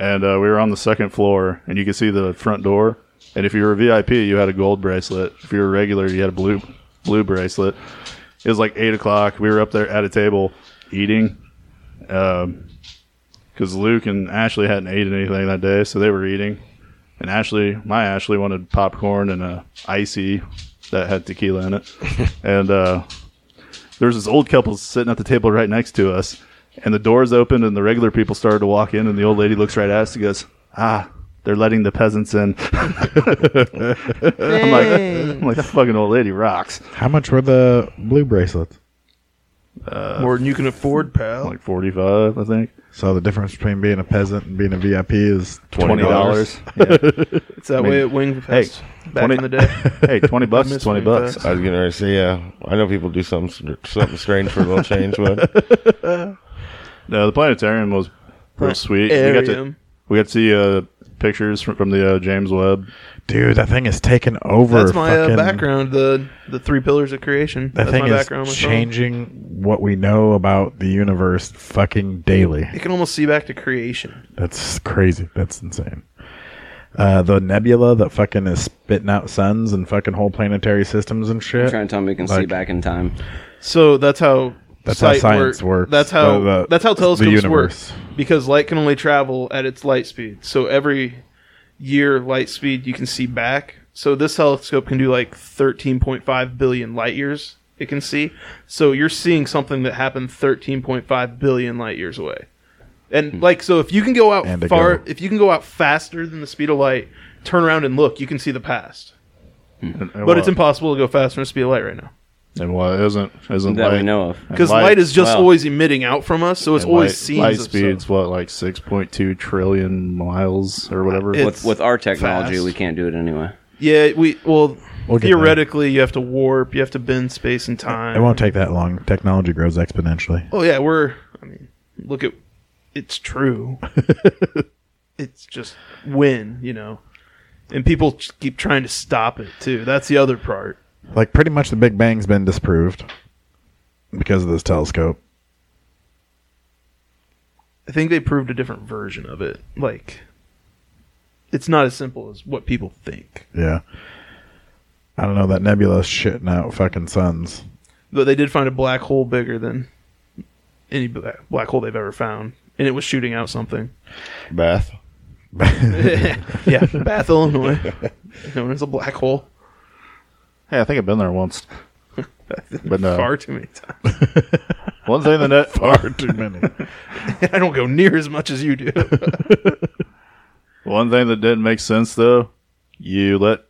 and uh, we were on the second floor, and you could see the front door. And if you were a VIP, you had a gold bracelet. If you were a regular, you had a blue blue bracelet. It was like eight o'clock. We were up there at a table eating, um, because Luke and Ashley hadn't eaten anything that day, so they were eating. and Ashley, my Ashley, wanted popcorn and a icy that had tequila in it. and uh, there's this old couple sitting at the table right next to us, and the doors opened and the regular people started to walk in, and the old lady looks right at us and goes, "Ah." They're letting the peasants in. (laughs) I'm like, I'm like, that fucking old lady rocks. How much were the blue bracelets? More than you can afford, pal. Uh, Like 45, I think. So the difference between being a peasant and being a VIP is $20. it's that way at Wing Fest back 20 in the day. Yeah. (laughs) Hey, 20 bucks I is miss 20 Wingfest. bucks. I was getting ready to say, yeah, I know people do something str- something strange for a little change, but No, the planetarium was real sweet. We got to Arium. we got to see uh, pictures from, from the uh, James Webb. dude, that thing is taking over. That's my uh, fucking- background. The the three pillars of creation. That That's thing my is background. with song. changing what we know about the universe fucking daily. You can almost see back to creation. That's crazy. That's insane. Uh, the nebula that fucking is spitting out suns and fucking whole planetary systems and shit. Trying to tell me we can see Like- back in time. So that's how That's how sight science works. That's how The- the- that's how the telescopes work universe. because light can only travel at its light speed. So every year light speed you can see back. So this telescope can do like 13.5 billion light years it can see. So you're seeing something that happened 13.5 billion light years away. And like so if you can go out Hmm. And ago. far if you can go out faster than the speed of light, turn around and look, you can see the past. Oh, But it's impossible to go faster than the speed of light right now. and what isn't isn't That light, we know of. Because Light- light, is just wow. always emitting out from us, so it's and always light, seen light as a- speeds what like six point two trillion miles or whatever. It's- With, with our technology, fast. we can't do it anyway. Yeah, we well, We'll get theoretically, you have to warp, you have to bend space and time. It won't take that long. Technology grows exponentially. Oh yeah, we're. I mean, look at. It's (laughs) true. it's just when you know, and people ch- keep trying to stop it too. That's the other part. Like pretty much the Big Bang's been disproved because of this telescope. I think they proved a different version of it. Like, it's not as simple as what people think. Yeah. I don't know that nebula is shitting out fucking suns. But they did find a black hole bigger than any bla- black hole they've ever found, and it was shooting out (laughs) something. Beth. yeah, Bath, Illinois, (laughs) known as a black hole. hey, I think I've been there once. But no, Far too many times. (laughs) one thing the net Far too many. I don't go near as much as (laughs) you do. One thing that didn't make sense though, you let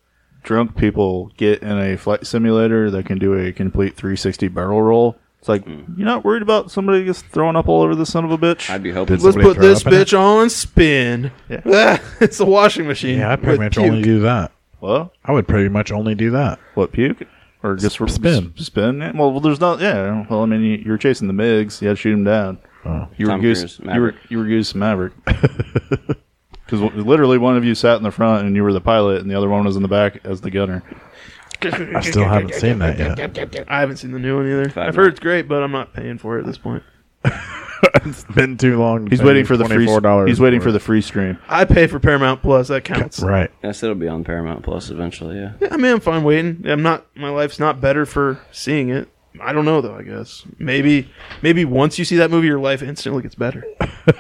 drunk people get in a flight simulator that can do a complete 360 barrel roll. It's like you're not worried about somebody just throwing up all over the son of a bitch. I'd be hoping. Did Let's Somebody put throw this up in it? bitch on spin. Ah, (laughs) it's a washing (laughs) machine. Yeah, I pretty with much puke. only do that. well, I would pretty much only do that. what puke or just S- spin. s- spin? Yeah, Well, well, there's not. Yeah. Well, I mean, you, you were chasing the Migs. You had to shoot them down. Oh. You were Tom goose. Cruise, you were Maverick. you were goose (laughs) Maverick. Because literally one of you sat in the front and you were the pilot, and the other one was in the back as the gunner. I still haven't seen that yet. (laughs) I haven't seen the new one either. I've heard it's great, but I'm not paying for it at this point. It's been too long. to He's pay waiting for the free. $24 He's waiting for the free stream. I pay for Paramount Plus. That counts. Right. Yes, it'll be on Paramount Plus eventually. Yeah. I mean, I'm fine waiting. I'm not. My life's not better for seeing it. I don't know though. I guess maybe maybe once you see that movie, your life instantly (laughs) gets better. Do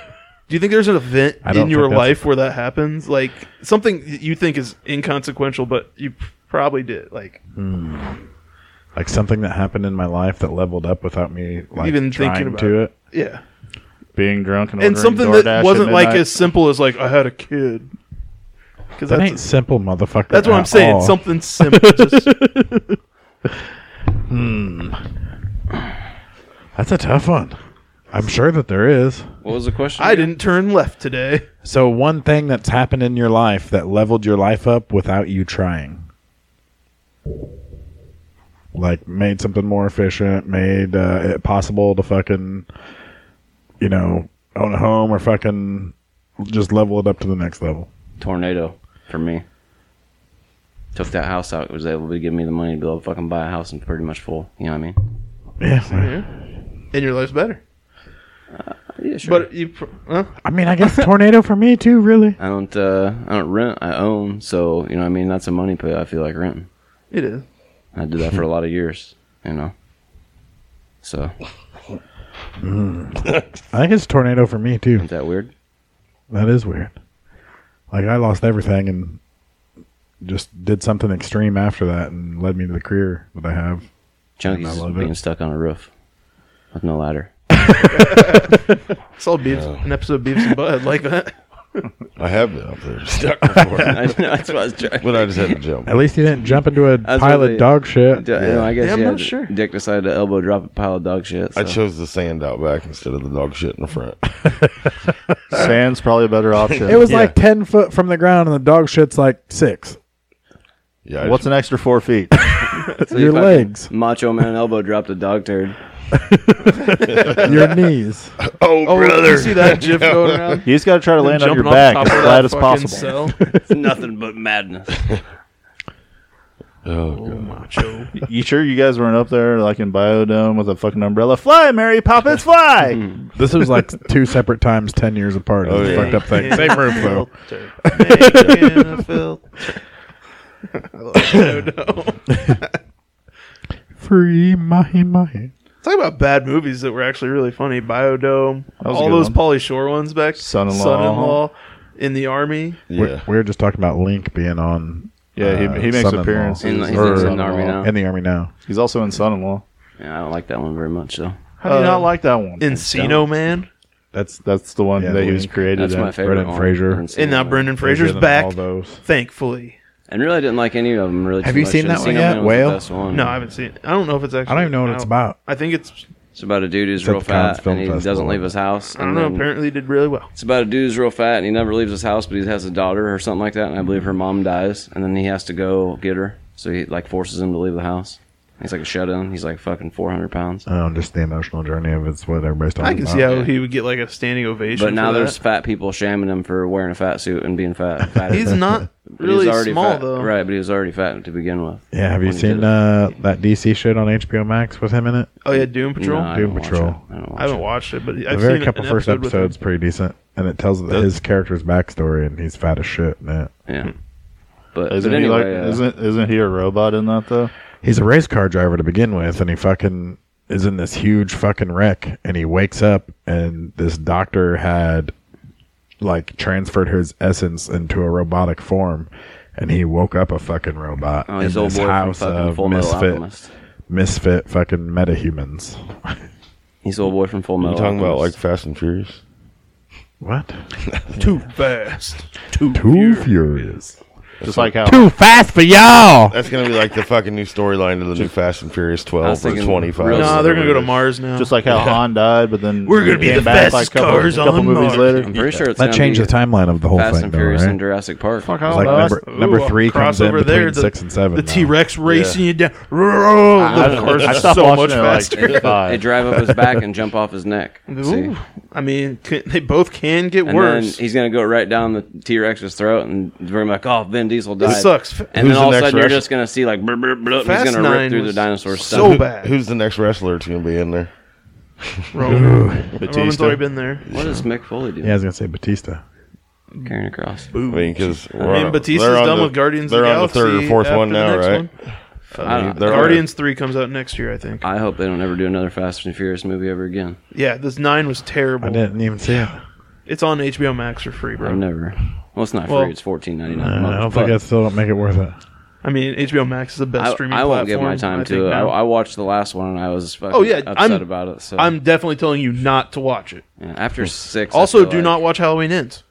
you think there's an event I don't in your think that's- life where that happens? Like something y- you think is inconsequential, but you p- probably did. Like Like something that happened in my life that leveled up without me like Even even thinking trying about to it. yeah, being drunk and, and ordering something DoorDash that at wasn't like midnight. as simple as like I had a kid. Because That that's ain't simple, motherfucker. that's what I'm at saying. all. (laughs) Something simple. Just, That's a tough one. I'm sure that there is. What was the question? I again? didn't turn left today. So one thing that's happened in your life that leveled your life up without you trying. Like made something more efficient, made uh, it possible to fucking, you know, own a home or fucking just level it up to the next level. Tornado for me. Took that house out. Was able to give me the money to be able to fucking buy a house and pretty much full. You know what I mean? Yeah. And your life's better. Yeah, sure. But you, pr- huh? I mean, I guess (laughs) tornado for me too. Really, I don't. Uh, I don't rent. I own. So you know, what I mean, that's a money pit. I feel like renting. it is. I did that for a lot of years. You know. So I think it's tornado for me too. is that weird? That is weird. Like I lost everything and just did something extreme after that and led me to the career that I have. Chunky's I love it. being stuck on a roof with no ladder. (laughs) It's all Beavis, an episode of Beavis and Bud like uh, (laughs) that. I have been up there stuck before, I know that's what I was trying. but I just had to jump. At least you didn't jump into (laughs) a was pile really- of dog shit. D- you know, I guess Yeah, I'm yeah, not sure. Dick decided to elbow drop a pile of dog shit. So. I chose the sand out back instead of the dog shit in the front. (laughs) (laughs) Sand's probably (laughs) a better option. It was like ten foot from the ground, and the dog shit's like six. Yeah, I What's an extra four feet? (laughs) So you your fucking (laughs) legs. Macho Man elbow dropped a dog turd. Your knees. Oh, Oh, brother! you see that (laughs) GIF going around? You just got to try to land on Jumping your off back top as of that flat as fucking possible. cell. It's nothing but madness. Oh god! (laughs) You sure you guys weren't up there like in Biodome with a fucking umbrella? Fly, Mary (laughs) Poppins, fly! This was like two separate times, ten years apart. It Oh, was a yeah. fucked up thing. Same room though. NFL. Free mahi mahi. Talk about bad movies that were actually really funny. Biodome, was a all good those one. Polly Shore ones back. Son-in-law. Son-in-law, in the army. We're, Yeah, we were just talking about Link being on. yeah, he, uh, he makes Son-in-Law. appearances. In the- he's Or- in the army now. In the army now. He's also in Son-in-Law. Yeah, I don't like that one very much though. How do you Uh, not like that one? Encino Man. That's That's the one Yeah, that he the was link. created That's in. my favorite Brendan one. Fraser. And now Brendan Fraser's Bigger than back. All those. Thankfully. And really, I didn't like any of them. Really, Have too you much. seen that Encino one Man yet, was the Whale? best one. No, I haven't seen it. I don't know if it's actually. I don't even know what it's out. about. I think it's. It's about a dude who's at real the Cannes fat Film and he Festival. doesn't leave his house. I don't and know. then- Apparently, did really well. It's about a dude who's real fat and he never leaves his house, but he has a daughter or something like that, and I believe her mom dies, and then he has to go get her. So he like forces him to leave the house. He's like a shut in. He's like fucking four hundred pounds. I don't just the emotional journey of it's what everybody's talking I can about. see how he would get like a standing ovation. But now for that. there's fat people shaming him for wearing a fat suit and being fat. fat He's not But he was really already small fat. though. Right, but he was already fat to begin with. Yeah, have you When he did seen it. uh, that DC shit on HBO Max with him in it? Oh yeah, Doom Patrol. No, I Doom don't watch Patrol. it. I, don't watch I haven't it. watched it, but The I've very seen couple an first episode with him. episode's pretty decent, and it tells his character's backstory, and he's fat as shit. in it. Yeah, but, Isn't but anyway, he like? uh, isn't isn't he a robot in that though? He's a race car driver to begin with, and he fucking is in this huge fucking wreck, and he wakes up, and this doctor had like transferred his essence into a robotic form, and he woke up a fucking robot oh, in he's old this boy from house fucking of Full Metal misfit, Alchemist. misfit fucking metahumans. He's old boy from Full Metal. you talking about like Alchemist. Fast and Furious? What? Too fast. Too. Too furious. Just like Oh. how Too fast for y'all. That's gonna be like the fucking new storyline to the new Fast and I Furious was twelve or thinking twenty five. real- No, they're gonna go to Mars now. just like how Han died, but then We're gonna be came the back, fastest couple- cars couple on movies Mars. later. I'm pretty sure it's That gonna changed be the timeline of the whole Fast thing, and though, Furious right? and Jurassic Park. Fuck, I It's (laughs) like don't know. number, Oh, That's- ooh, number a three comes in crossover between there, the- six and seven. The now. T Rex racing you down. Of course, I it's stopped so watching much it (laughs) at, like, faster. five. They drive up his back and jump off his neck. See? Ooh. I mean, c- they both can get And worse. then he's gonna go right down the T Rex's throat, and we're like, "Oh, Vin Diesel died." This sucks. And then Who's all of the a next sudden, you're Russian? just gonna see like, blub, blub, blub, he's Fast gonna Nine rip through the was dinosaur so stuff. bad. Who's the next wrestler that's gonna be in there? Roman. Roman's Batista. already been there. What does Mick Foley do? Yeah, I was gonna say Batista. Carrying across. I mean, because I mean, Batista's done with Guardians of They're the on the third or Galaxy fourth after the one now, next right? one. I don't know. They're Guardians three comes out next year, I think. I hope they don't ever do another Fast and Furious movie ever again. Yeah, this nine was I terrible. didn't even see it. It's on HBO Max for free, I've bro. never. Well, it's not Well, free. It's fourteen ninety I don't nine. know, I don't think I still don't make it worth it. I mean, HBO Max is the best I, streaming. I won't platform, give my time I to think, it. I, now. I watched the last one and I was fucking Oh, yeah, upset I'm- about it. So I'm definitely telling you not to watch it. yeah, after six. I Also, feel do like- not watch Halloween Ends.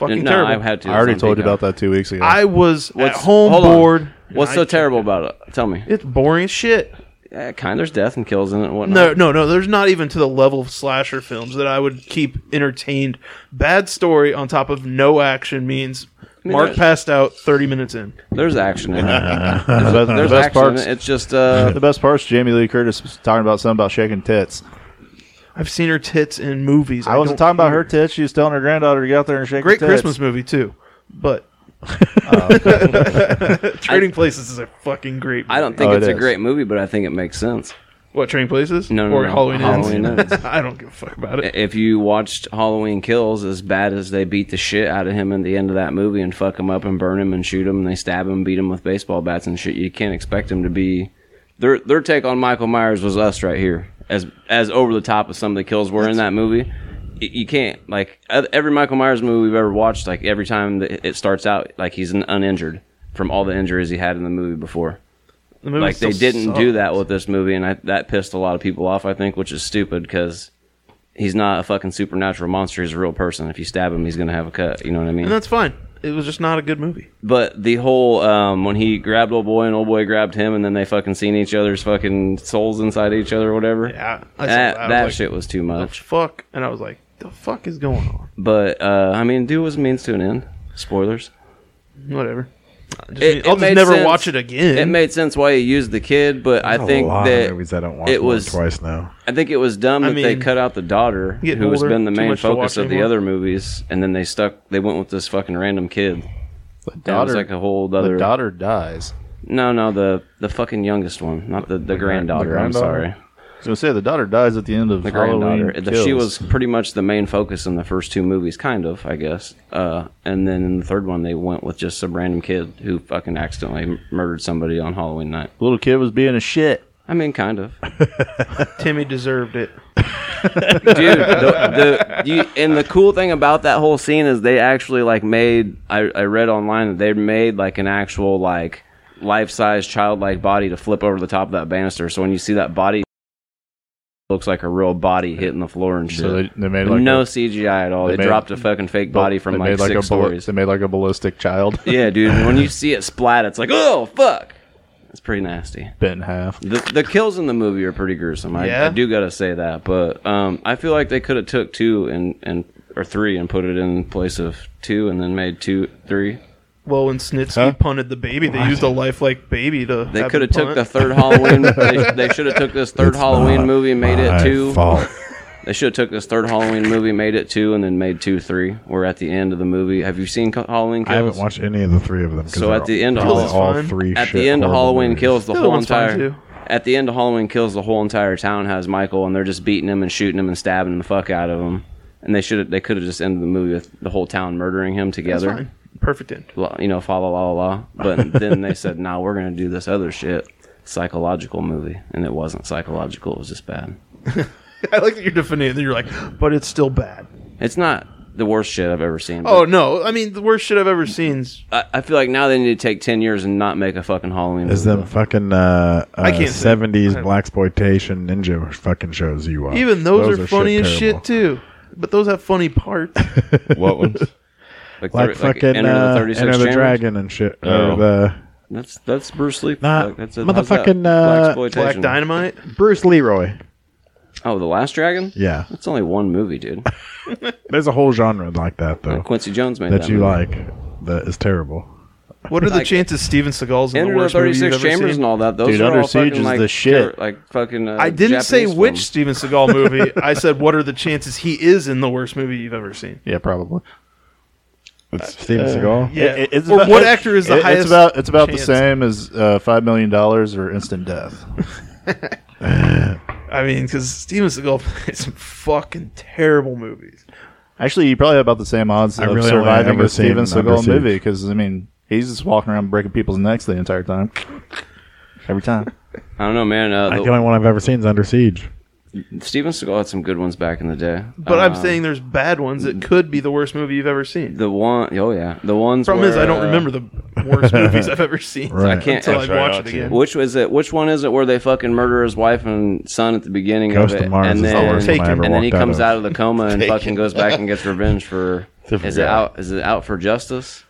Fucking No, terrible. I had to. I It's already on told you Peacock. about that two weeks ago. I was What's- at home hold on. bored. What's I- so terrible about it? Tell me. It's boring as shit. Yeah, kind. There's death and kills in it. And whatnot. No, no, no. There's not even to the level of slasher films that I would keep entertained. Bad story on top of no action means Mark there's- passed out 30 minutes in. There's action in it. (laughs) the best, the There's best action in parts. it. (laughs) It's just uh, the best parts. Jamie Lee Curtis was talking about something about shaking tits. I've seen her tits in movies. I wasn't don't talking about care. her tits. She was telling her granddaughter to get out there and shake. Great her tits. Christmas movie too, but uh, (laughs) Trading Places is a fucking great. Movie. I don't think Oh, it it's a is. great movie, but I think it makes sense. what Trading Places No, no, or no. Halloween, Halloween (laughs) Ends. Ends. Eh, I don't give a fuck about it. If you watched Halloween Kills, as bad as they beat the shit out of him at the end of that movie and fuck him up and burn him and shoot him and they stab him, beat him with baseball bats and shit, you can't expect him to be. Their their take on Michael Myers was us right here, as as over the top as some of the kills were in that movie. y- you can't like ev- every Michael Myers movie we've ever watched. Like every time that it starts out, like he's an uninjured from all the injuries he had in the movie before. The movie like they still didn't do sucked. that with this movie, and I, that pissed a lot of people off. I think, which is stupid because he's not a fucking supernatural monster. He's a real person. If you stab him, he's gonna have a cut. You know what I mean? and that's fine. It was just not a good movie. But the whole um, when he grabbed old boy and old boy grabbed him, and then they fucking seen each other's fucking souls inside each other, or whatever. Yeah, I saw that that. I that, was like, shit was too The much. fuck, and I was like, the fuck is going on? But uh, I mean, do was means to an end. Spoilers. Whatever. I just- It- I'll it just made never sense. watch it again. It made sense why he used the kid, but I There's think a lot that of movies I don't watch it more than was- twice now. I think it was dumb I that they mean, cut out the daughter, getting who has older, been the too main much to focus watch of the anymore. other movies, and then they stuck. They went with this fucking random kid. That was daughter- like a whole The other. daughter dies. no, no, the the fucking youngest one, not the, the, granddaughter, I'm granddaughter? sorry, was gonna say the daughter dies at the end of the Halloween. granddaughter. She was Kills. pretty much the main focus in the first two movies, kind of, I guess. Uh, and then in the third one, they went with just some random kid who fucking accidentally m- murdered somebody on Halloween night. little kid was being a shit. I mean, kind of. Timmy deserved it. dude. The, the you, and the cool thing about that whole scene is they actually like made. I, I read online that they made like an actual like life size childlike body to flip over the top of that banister. So when you see that body, it looks like a real body hitting the floor and shit. So they, they made like no a, CGI at all. They, they made- dropped a fucking fake body from they like, made like six a ball- stories. They made like a ballistic child (laughs) yeah, dude. When you see it splat, it's like oh fuck. It's pretty nasty. bent in half. The, the kills in the movie are pretty gruesome. I, Yeah? I do gotta say that, but um, I feel like they could have took two and, and or three and put it in place of two, and then made two three. Well, when Snitsky punted the baby, they used a lifelike baby to. They have could have him took punt. the third (laughs) Halloween. they they should have took this third Halloween movie, and made it My two. (laughs) (laughs) Fault. They should have took this third Halloween movie, made it two, and then made two three. Or at the end of the movie, have you seen Co- Halloween Kills? I haven't watched any of the three of them. 'cause So they're at the end of all, Kills is all fine. three at shit the end of horrible Halloween movies. kills the Still whole one's fine, too. entire at the end of Halloween kills the whole entire town has Michael and they're just beating him and shooting him and stabbing the fuck out of him and they should they could have just ended the movie with the whole town murdering him That's together fine. Perfect end. La- you know fa la la la la. (laughs) but then they said nah, we're gonna do this other shit psychological movie and it wasn't psychological it was just bad (laughs) I like that you're defining it. Then you're like, but it's still bad. it's not the worst shit I've ever seen but Oh no! I mean, the worst shit I've ever seen's I, I feel like now they need to take ten years and not make a fucking Halloween Is movie. them fucking uh, uh, I can't say. 70s black exploitation ninja fucking shows you Oh, watch. even those, are, shit funny as shit terrible. too. But those have (laughs) funny parts. (laughs) What ones? like, Like thir- like fucking Enter uh, the, 36 Enter the Chambers. Dragon and shit. Oh. Or the That's that's Bruce Lee. Nah, Fuck, that's motherfucking, uh, Black Dynamite. Bruce Leroy. Oh, the Last Dragon. (laughs) Yeah. That's only one movie, (laughs) dude. There's a whole genre like that though Quincy Jones made that. that you movie. like that is terrible. What are the chances Steven Seagal's in the Enter the worst movie Thirty you've Six ever Chambers seen? and all that. Those Dude, are Under all Siege fucking is like the shit. cur- like fucking. Uh, I didn't say Japanese which film. (laughs) Steven Seagal movie. I said what are the chances he is in the worst movie you've ever seen? Yeah, probably. Uh, Steven Seagal. Yeah. It- it's or about- what actor is the it- it's highest? about it's about chance? the same as uh, five million dollars or instant death. I mean, because Steven Seagal (laughs) played some fucking terrible movies. Actually, you probably have about the same odds I of really only surviving ever a Steven seen Under Seagal Siege. movie because I mean he's just walking around breaking people's necks the entire time, every time. I don't know, man. I Uh, think the only one I've ever seen is Under Siege. the, Steven Seagal had some good ones back in the day. But I'm Uh, saying there's bad ones that could be the worst movie you've ever seen. the one. Oh yeah, the ones. problem is I don't where, uh, remember the (laughs) worst movies I've ever seen. Right. I can't. Until I That's right, watch it I'll again. Which was it? Which one is it where they fucking murder his wife and son at the beginning Ghost of it, of Mars and is the then worst one I ever and then he walked out comes of. out of the coma and fucking goes back and gets revenge for Different is it guy. out is it out for justice?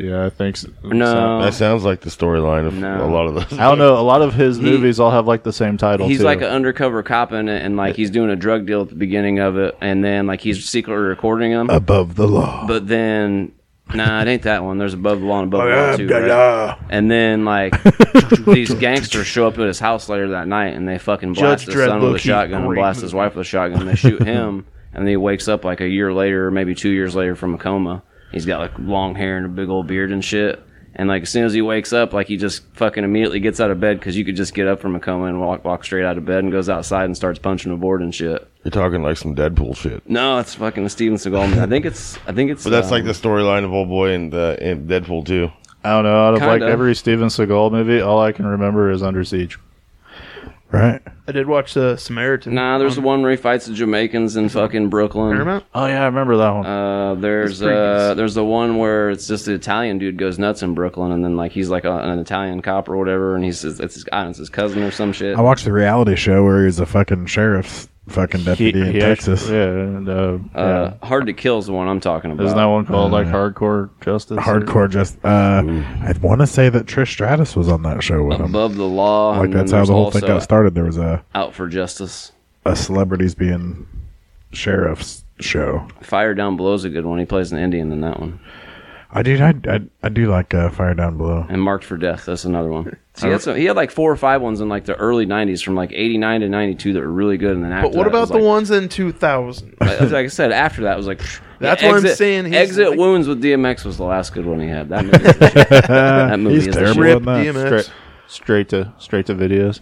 Yeah, I think so. No, Uh, That sounds like the storyline of No. a lot of those. I don't know. A lot of his He- movies all have like the same title. he's too. like an undercover cop in it, and like he's doing a drug deal at the beginning of it, and then like he's secretly recording him. Above the law. but then nah, it ain't that one. There's above the law and above the law too. Right? And then like these gangsters show up at his house later that night, and they fucking blast Judge his son with Dredd a shotgun and low-key blast his wife with a shotgun. and They shoot him, (laughs) and then he wakes up like a year later, or maybe two years later from a coma. He's got like long hair and a big old beard and shit. And like as soon as he wakes up, like he just fucking immediately gets out of bed because you could just get up from a coma and walk walk straight out of bed and goes outside and starts punching a board and shit. (laughs) You're talking like some Deadpool shit. No, it's fucking Steven Seagal. Man. I think it's I think it's. But that's like um, the storyline of Old Boy and, uh, and Deadpool too. I don't know. Out of like Kinda. every Steven Seagal movie, all I can remember is Under Siege. right? I did watch the Samaritan. Um, Nah, there's the one where he fights the Jamaicans in fucking Brooklyn. Paramount. Oh yeah, I remember that one. Uh, there's It's pretty uh, good. there's the one where it's just the Italian dude goes nuts in Brooklyn, and then like he's like a, an Italian cop or whatever, and he says it's his, I don't know, it's his cousin or some shit. I watched the reality show where he was a fucking sheriff's fucking deputy in actually- Texas. yeah, and, uh, Uh, Hard to Kill is the one I'm talking yeah. about. Isn't that one called like Hardcore Justice? or- Uh, Hardcore, just uh, I want to say that Trish Stratus was on that show with him. Above the Law? Like and then that's how there's the whole thing also got started. There was a, Out for Justice. a celebrities being sheriffs show. Fire Down Below is a good one. He plays an Indian in that one. I do I I, I do like uh, Fire Down Below. And Marked for Death. That's another (laughs) one. So he, had some, he had like four or five ones in like the early '90s, from like '89 to '92, that were really good. And then after But what that, it about was, the like, ones in 2000? Like, like I said, after that it was like pfft. (laughs) That's Yeah, what I'm exit, saying, he's exit like- wounds with DMX was the last good one he had. That movie, (laughs) is the shit. that movie He's is the terrible. shit. Rip Well, no, DMX. Straight, straight to straight to videos.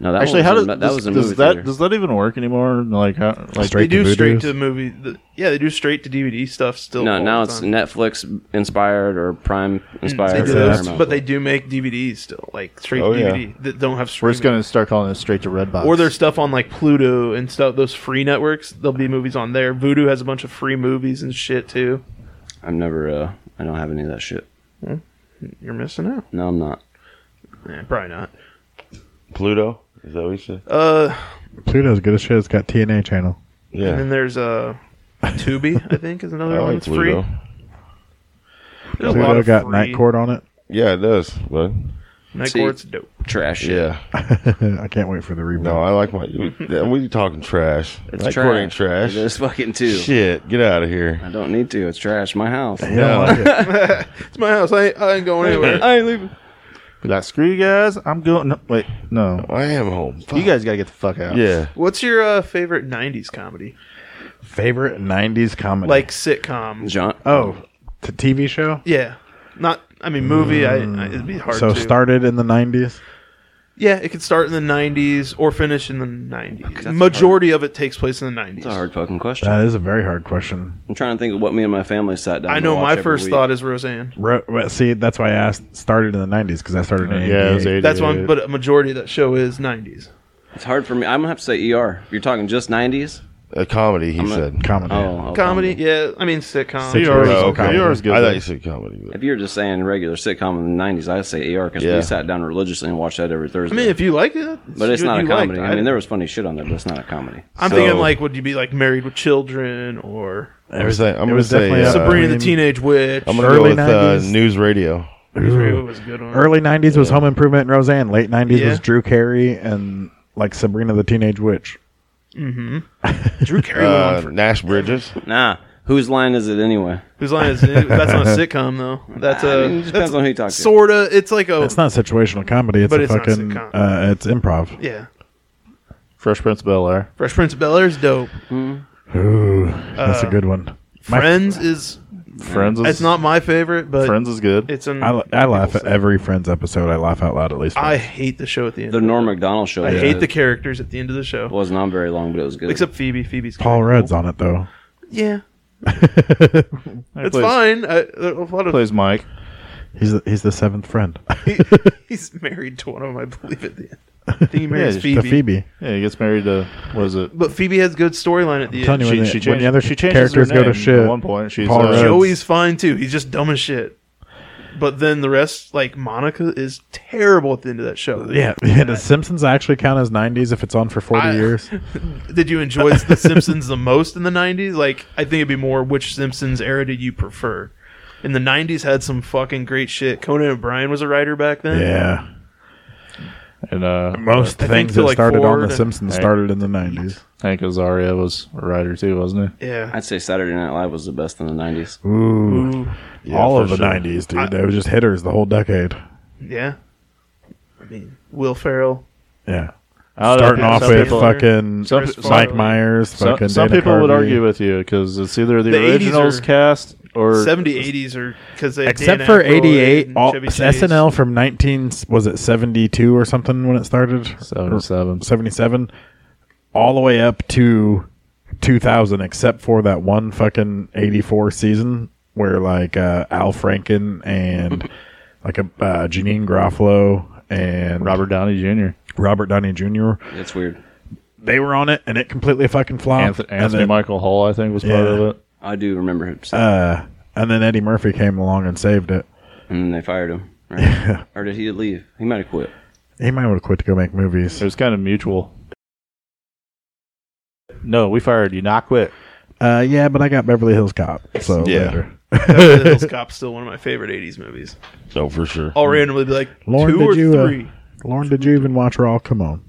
No, that Actually, one how does was in- that does- was a does movie that theater. does that even work anymore? Like how like Straight they do to straight videos. to movie. The, yeah, they do straight to DVD stuff still. No, all now the it's time. Netflix inspired or Prime They inspired. do or Yeah. those, Paramount. but they do make DVDs still, like straight Oh, yeah. DVD that don't have we're streaming. just gonna start calling it straight to Redbox or their stuff on like Pluto and stuff. Those free networks, there'll be movies on there. Voodoo has a bunch of free movies and shit too. I've never. Uh, I don't have any of that shit. You're missing out. No, I'm not. Yeah, probably not. Pluto. Is that what you said? Uh, Pluto's good as shit. It's got TNA channel. yeah. and then there's uh, Tubi. I think is another (laughs) I one like that's free. Pluto. There's a lot Pluto of got free. Night Court on it. Yeah, it does. But Night See- Court's dope. Trash. Shit. yeah, (laughs) I can't wait for the reboot. no, I like my. We talking trash? it's That trash. court ain't trash. It is fucking too. Shit, get out of here. I don't need to. It's trash. My house. You don't like it. It's my house. I ain't, I ain't going anywhere. (laughs) I ain't leaving. Be like, screw you guys. I'm going. No, wait, no. I am home. Fuck. You guys gotta get the fuck out. Yeah. What's your uh, favorite '90s comedy? Favorite '90s comedy? Like sitcom? John. oh, t- TV show. Yeah, not. I mean, movie. Mm. I, I it'd be hard. So to. started in the '90s. Yeah, it could start in the '90s or finish in the '90s. that's a Majority of it takes place in the '90s. It's a hard fucking question. That is a very hard question. I'm trying to think of what me and my family sat down. I to know watch my every first week. thought is Roseanne. Ro- well, see, that's why I asked. Started in the '90s because I started in yeah. It was 88. That's one, 88. but a majority of that show is '90s. It's hard for me. I'm gonna have to say ER. You're talking just 90s. A comedy, he a- said. comedy. Oh, Comedy, yeah. I mean, sitcom. Sit- ER is, Oh, okay. ER is good. I though. thought you said comedy. but- If you're just saying regular sitcom in the '90s, I'd say ER because Yeah. we sat down religiously and watched that every Thursday. I mean, if you like it, but it's what not a you like. comedy. I mean, there was funny shit on there, but it's not a comedy. I'm So- thinking like, would you be like Married with Children or I'm gonna say, I'm it gonna was say definitely uh, a- Sabrina the mean- Teenage Witch? I'm gonna go Early with uh, 90s. News Radio. Early was a good one. Early '90s was Home Improvement and Roseanne. Late '90s Yeah. was Drew Carey and like Sabrina the Teenage Witch. (laughs) Mm-hmm. Drew Carey went on Uh, for- Nash Bridges. Nah, whose line is it anyway? Whose line is it? That's not a sitcom though. That's I a mean, it depends on who you talk to. sorta. It's like a It's not situational comedy. It's But a it's not fucking. sitcom. uh, it's improv. yeah. Fresh Prince of Bel Air. Fresh Prince of Bel Air's dope. Ooh, that's a good one. My- Uh, Friends is Friends is it's not my favorite, but Friends is good. it's an I, la- I laugh at every Friends episode. I laugh out loud at least. I once. hate the show at the end. The Norm Macdonald show. I yeah, hate the It characters at the end of the show. wasn't on very long, but it was good. Except Phoebe. Phoebe's Paul kinda Rudd's cool. on it though. Yeah. (laughs) He It's plays- fine. I, a lot of, Plays Mike. He's the, he's the seventh friend. (laughs) (laughs) he, he's married to one of them, I believe, at the end. I think he marries Yeah, to Phoebe. Phoebe. Yeah, he gets married to what is it? But Phoebe has good storyline at the telling She, you, end. when the- she when changed, the other she changes characters her go to name shit, At one point, she's Paul uh, (laughs) Rudd- Joey's fine too. He's just dumb as shit. But then the rest, like Monica, is terrible at the end of that show. Yeah, (laughs) yeah. Does Simpsons actually count as '90s if it's on for 40 I- (laughs) years? Did you enjoy The Simpsons the most in the '90s? Like, I think it'd be more which Simpsons era did you prefer? In the '90s, had some fucking great shit. Conan O'Brien was a writer back then. Yeah. and uh, Most I think things to, that like, started on Ford The and- Simpsons Hey. started in the '90s. Hank Azaria was a writer too, wasn't he? yeah. I'd say Saturday Night Live was the best in the '90s. Ooh, Ooh, all for of the sure. '90s, dude. they were just hitters the whole decade. yeah. I mean, Will Ferrell. Yeah, I don't know, starting some off with people- fucking some- Mike Myers. Some, fucking some Dana people would Carvey. argue with you because it's either the, The 80s originals are- cast or 70, 80s, or because they Except Dan for Aykroyd '88, and all Chevy Chase. SNL from 19 was it 72 or something when it started? seventy-seven. 77 all the way up to 2000 except for that one fucking 84 season (laughs) where like uh, al franken and like a uh, janine groffalo and Robert Downey Jr. Robert Downey Jr. It's weird. They were on it, and it completely fucking flopped. Anthony, Uh, And Anthony then- Michael Hall, I think, was part Yeah. of it. I do remember him, so- uh, and then Eddie Murphy came along and saved it. (laughs) and then they fired him. Right? or did he leave? He might have quit. He might would have quit to go make movies. It was kind of mutual. No, we fired you. Not quit. Uh, yeah, but I got Beverly Hills Cop. So Yeah. later. (laughs) (laughs) Beverly Hills Cop's still one of my favorite '80s movies. So for sure. I'll randomly be like Mm. Lauren, two did or you, uh, three. Lauren, did you even watch Raw? Come on.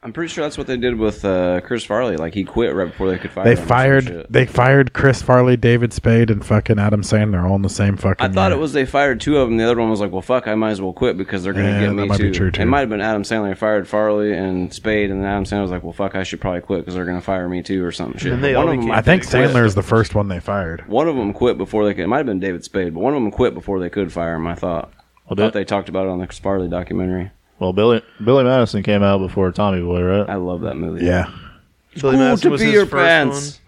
I'm pretty sure that's what they did with uh, Chris Farley. Like he quit right before they could fire They him. or some fired. shit. They fired Chris Farley, David Spade, and fucking Adam Sandler all in the same fucking. I thought year. it was they fired two of them. The other one was like, well, fuck, I might as well quit because they're going to Yeah, get that me might be too. true, too. It might have been Adam Sandler fired Farley and Spade, and then Adam Sandler was like, well, fuck, I should probably quit because they're going to fire me too or something. Shit. And they But one all of them, became- I think They quit. Sandler is the first one they fired. one of them quit before they could. It might have been David Spade, but one of them quit before they could fire him. I thought. I that- thought they talked about it on the Chris Farley documentary. Well, Billy Billy Madison came out before Tommy Boy, right? I love that movie. Yeah. Cool Billy Madison to was be his your first pants.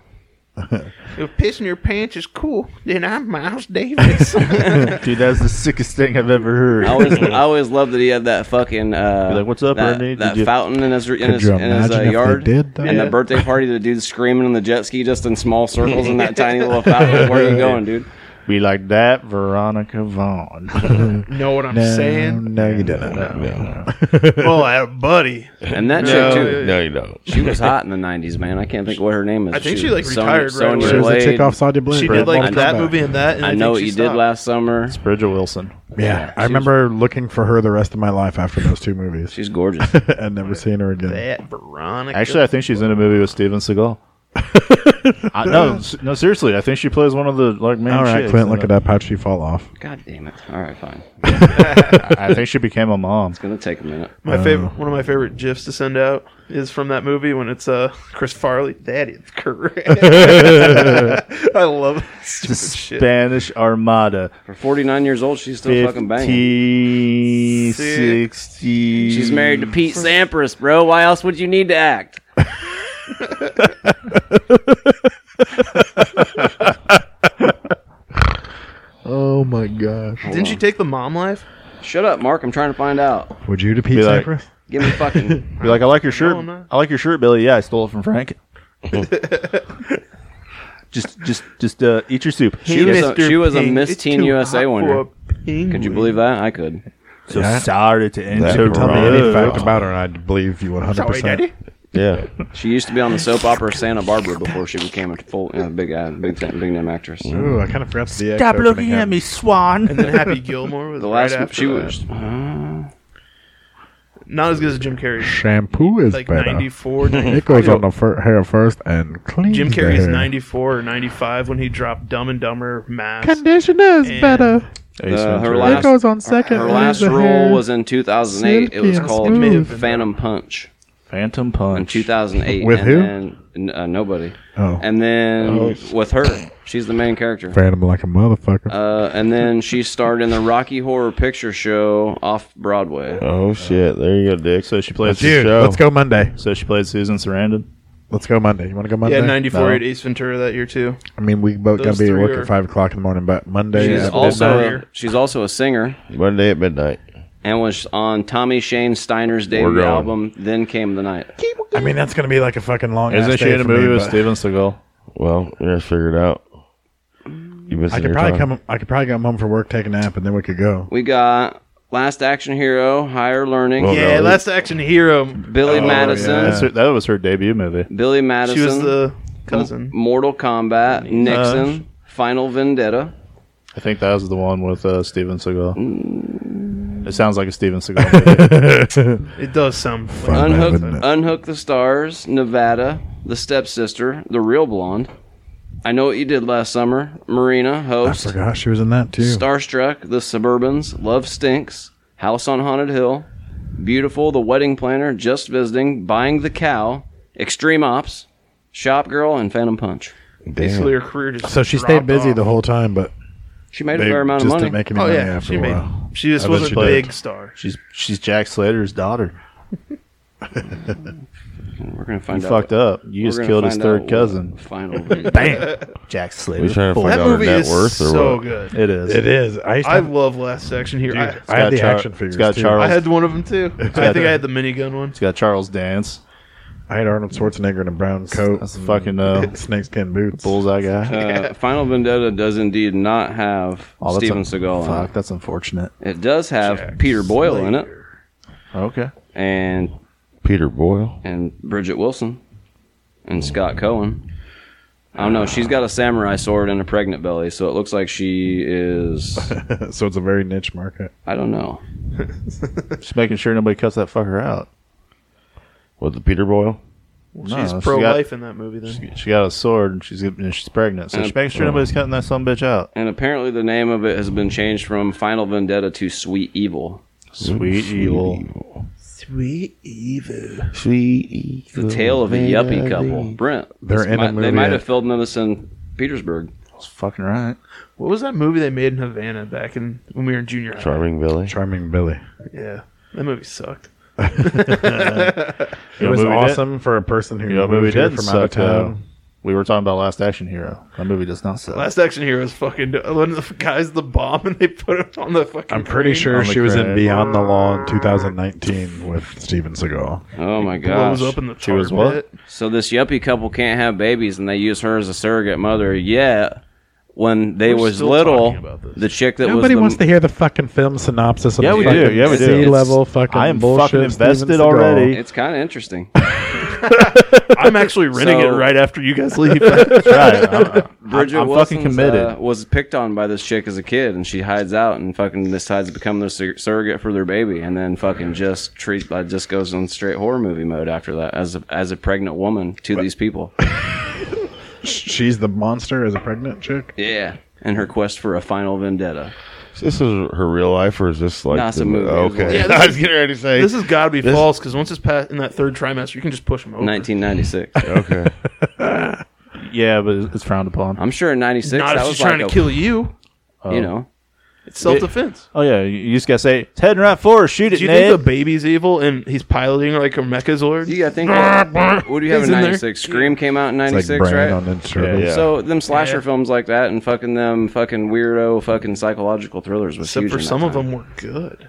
one. If pissing your pants is cool, then I'm Miles (laughs) Davis. (laughs) Dude, that's the sickest thing I've ever heard. I (laughs) always, I always loved that he had that fucking uh, Be like, "What's up, that, Ernie? Did That you-" fountain in his in Could his, you in his imagine uh, if they yard, did, though? and Yeah. the birthday party, the dude screaming on the jet ski just in small circles in (laughs) that tiny little fountain. Where are you going, dude? Be like that, Veronica Vaughn. know what I'm saying? no, you didn't. Oh, that buddy. And that No. chick too. No, you don't. She was hot in the '90s, man. I can't think what her name is. I think she, like, Sonya- retired right Sonya away. She was the Blade. chick off Saudi Blade. She for did like Mortal that Kombat. movie and that. And I, I know think what she you did stopped. last (laughs) summer. Bridget Wilson. Yeah, I remember looking for her the rest of my life after those two movies, She's (laughs) gorgeous. and never seeing her again. That Veronica. Actually, I think she's in a movie with (laughs) Steven Seagal. I, no, s- no, seriously, I think she plays one of the like main. All right, chicks Clint, in look it up. How'd she fall off? God damn it! All right, fine. I think she became a mom. It's gonna take a minute. my favorite, one of my favorite gifs to send out is from that movie when it's uh Chris Farley. That is correct. (laughs) I love that The stupid shit. Spanish Armada. For 49 years old, she's still fucking banging. 50, 60. She's married to Pete Sampras, bro. Why else would you need to act? Oh my gosh! Didn't she take the mom life? Shut up, Mark. I'm trying to find out. Would you to Pete like- Sampras? Give me fucking. (laughs) Be like, I like your I'm shirt. not. I like your shirt, Billy. Yeah, I stole it (laughs) from Frank. just, just, just uh, eat your soup. She was, a, Mr. she was a Pink, Miss it's Teen too USA hot winner. for a penguin. Could you believe that? I could. So Yeah. sorry to end That so could Tell me any rude. fact about her, and I'd believe you one hundred Sorry, Daddy. percent. Yeah. She used to be on the soap opera Santa Barbara before she became a full uh, big uh, big big name actress. Ooh, I kind of forgot the. Stop looking at me, Swan. And then Happy Gilmore was (laughs) The last right after she that. was not as good as Jim Carrey. Shampoo is Like better. 94, 95. It goes on the fir- hair first and cleans Jim the Carrey's hair. 94 or 95 when he dropped Dumb and Dumber Mask. Conditioner And- is better. uh, her It last goes on second. her leaves last the hair. role was in 2008. It silky was and called smooth. Phantom Punch Phantom in Punch. 2008. With and who? Then, n- uh, nobody. Oh. And then with her, she's the main character. Phantom like a motherfucker. Uh, and then she starred in the Rocky Horror Picture Show off Broadway. Oh shit! There you go, Dick. So she plays. Dude, show. let's go Monday. So she plays Susan Sarandon. Let's go Monday. You want to go Monday? Yeah, 94 No. at Ace Ventura that year, too. I mean, we both gotta Those be at three work are- at five o'clock in the morning, but Monday. uh, She's at midnight- also midnight. she's also a singer Monday at midnight. and was on Tommy Shane Steiner's We're debut going. album. Then came the night. I mean, that's gonna be like a fucking long. Isn't ass she day in a for me, movie with but Steven Seagal? Well, you're gonna figure it out. You missed I could probably come. I could probably come home from work, take a nap, and then we could go. We got Last Action Hero, Higher Learning, Oh, Well, Yeah, no. Last Action Hero. Billy Madison, yeah. That's her, that was her debut movie. Billy Madison, Oh, Oh. She was the cousin. Uh-huh. Mortal Kombat, Nixon, Final Vendetta. I think that was the one with uh, Steven Seagal. It sounds like a Steven Seagal movie. (laughs) It does sound. Fun. Batman, Unhook, wouldn't it? Unhook the Stars, Nevada, The Stepsister, The Real Blonde. I Know What You Did Last Summer, Marina, I Host, forgot she was in that too. Starstruck, The Suburbans, Love Stinks, House on Haunted Hill, Beautiful, The Wedding Planner, Just Visiting, Buying the Cow, Extreme Ops, Shop Girl, and Phantom Punch. Basically, her career just. so she dropped stayed busy off. the whole time, but She made a they fair amount just of money. didn't make any Oh, money yeah. after She a made. while. She just I bet wasn't she a big did. star. she's she's Jack Slater's daughter. We're gonna You find out. fucked up. You We're just gonna killed his find out third what cousin. (laughs) the Final. video- Bam. Jack Slater. We trying to Boy. find That out her movie net is worth or so what? good. It is. (laughs) It is. I used to I have, love Last Section here. I, I had got the Char- action figures. it's got too. Charles. I had one of (laughs) them too. I think I had the minigun one. It's got Charles Dance. I had Arnold Schwarzenegger in a brown coat. That's and fucking uh, (laughs) Mm-hmm. snakeskin boots. bullseye guy. Uh, Final Vendetta does indeed not have Oh, that's Steven un- Seagal. in Fuck, that's unfortunate. it. It does have Peter Boyle in it, Okay. and Peter Boyle. and Bridget Wilson, and Scott Cohen. I don't know. She's got a samurai sword and a pregnant belly, so it looks like she is. (laughs) so it's a very niche market. I don't know. Just making sure nobody cuts that fucker out. What the Peter Boyle? No, She's she pro life got- in that movie. Then She got a sword and she's and she's pregnant, so And- she's making sure uh, nobody's cutting that some bitch out. And apparently, the name of it has been changed from Final Vendetta to Sweet Evil. Sweet evil. Sweet. The tale of a yuppie couple. Brent. They're this in a might- They movie might that- have filmed this in Petersburg. That's fucking right. what was that movie they made in Havana back in when we were in junior high? Charming Billy. Charming Billy. Yeah, that movie sucked. It was movie did- awesome for a person who You know, movie moved here did from out of suck. Though. town. We were talking about Last Action Hero. That movie does not suck. Last Action Hero is fucking. When the guy's the bomb and they put him on the fucking. I'm pretty crane, sure On the she was in crag. Beyond the Law in 2019 with Steven Seagal. Oh my Blows gosh. up in the She tar was what? pit. So this yuppie couple can't have babies, and they use her as a surrogate mother. Yet, when they We're was still little, talking about this. the chick that Nobody was wants the, to hear the fucking film synopsis. Of Yeah, the we do. fucking Yeah, we do. C-level It's- fucking I am bullshit. fucking Steven invested Seagal. already. It's kind of interesting. (laughs) I'm actually renting So- it right after you guys leave. (laughs) That's right. Uh, I'm- Bridget I'm Wilson's, fucking committed. uh, was picked on by this chick as a kid, and she hides out and fucking decides to become the sur- surrogate for their baby, and then fucking just treat uh, just goes on straight horror movie mode after that as a, as a pregnant woman to these people. She's the monster as a pregnant chick. Yeah, in her quest for a final vendetta. This is her real life, or is this like No, it's the- a movie. Okay, (laughs) Yeah, I was getting ready to say this has got to be This- false because once it's past in that third trimester, you can just push him over. 1996. (laughs) Okay, yeah, but it's frowned Um, upon. I'm sure in 96 Not that if was she's like trying to a, kill you. you know. It's self defense. Oh yeah, you you just gotta say it's heading right for her. Shoot it, Do you Ned. think the baby's evil and he's piloting like a mechazord? You gotta think. What, what do you have He's in in there. '96? Scream came out in It's like '96, Brand right? on the Turtles. Yeah, yeah. So them slasher Yeah. films like that and fucking them fucking weirdo fucking psychological thrillers was Except huge for in that some of time. them were good.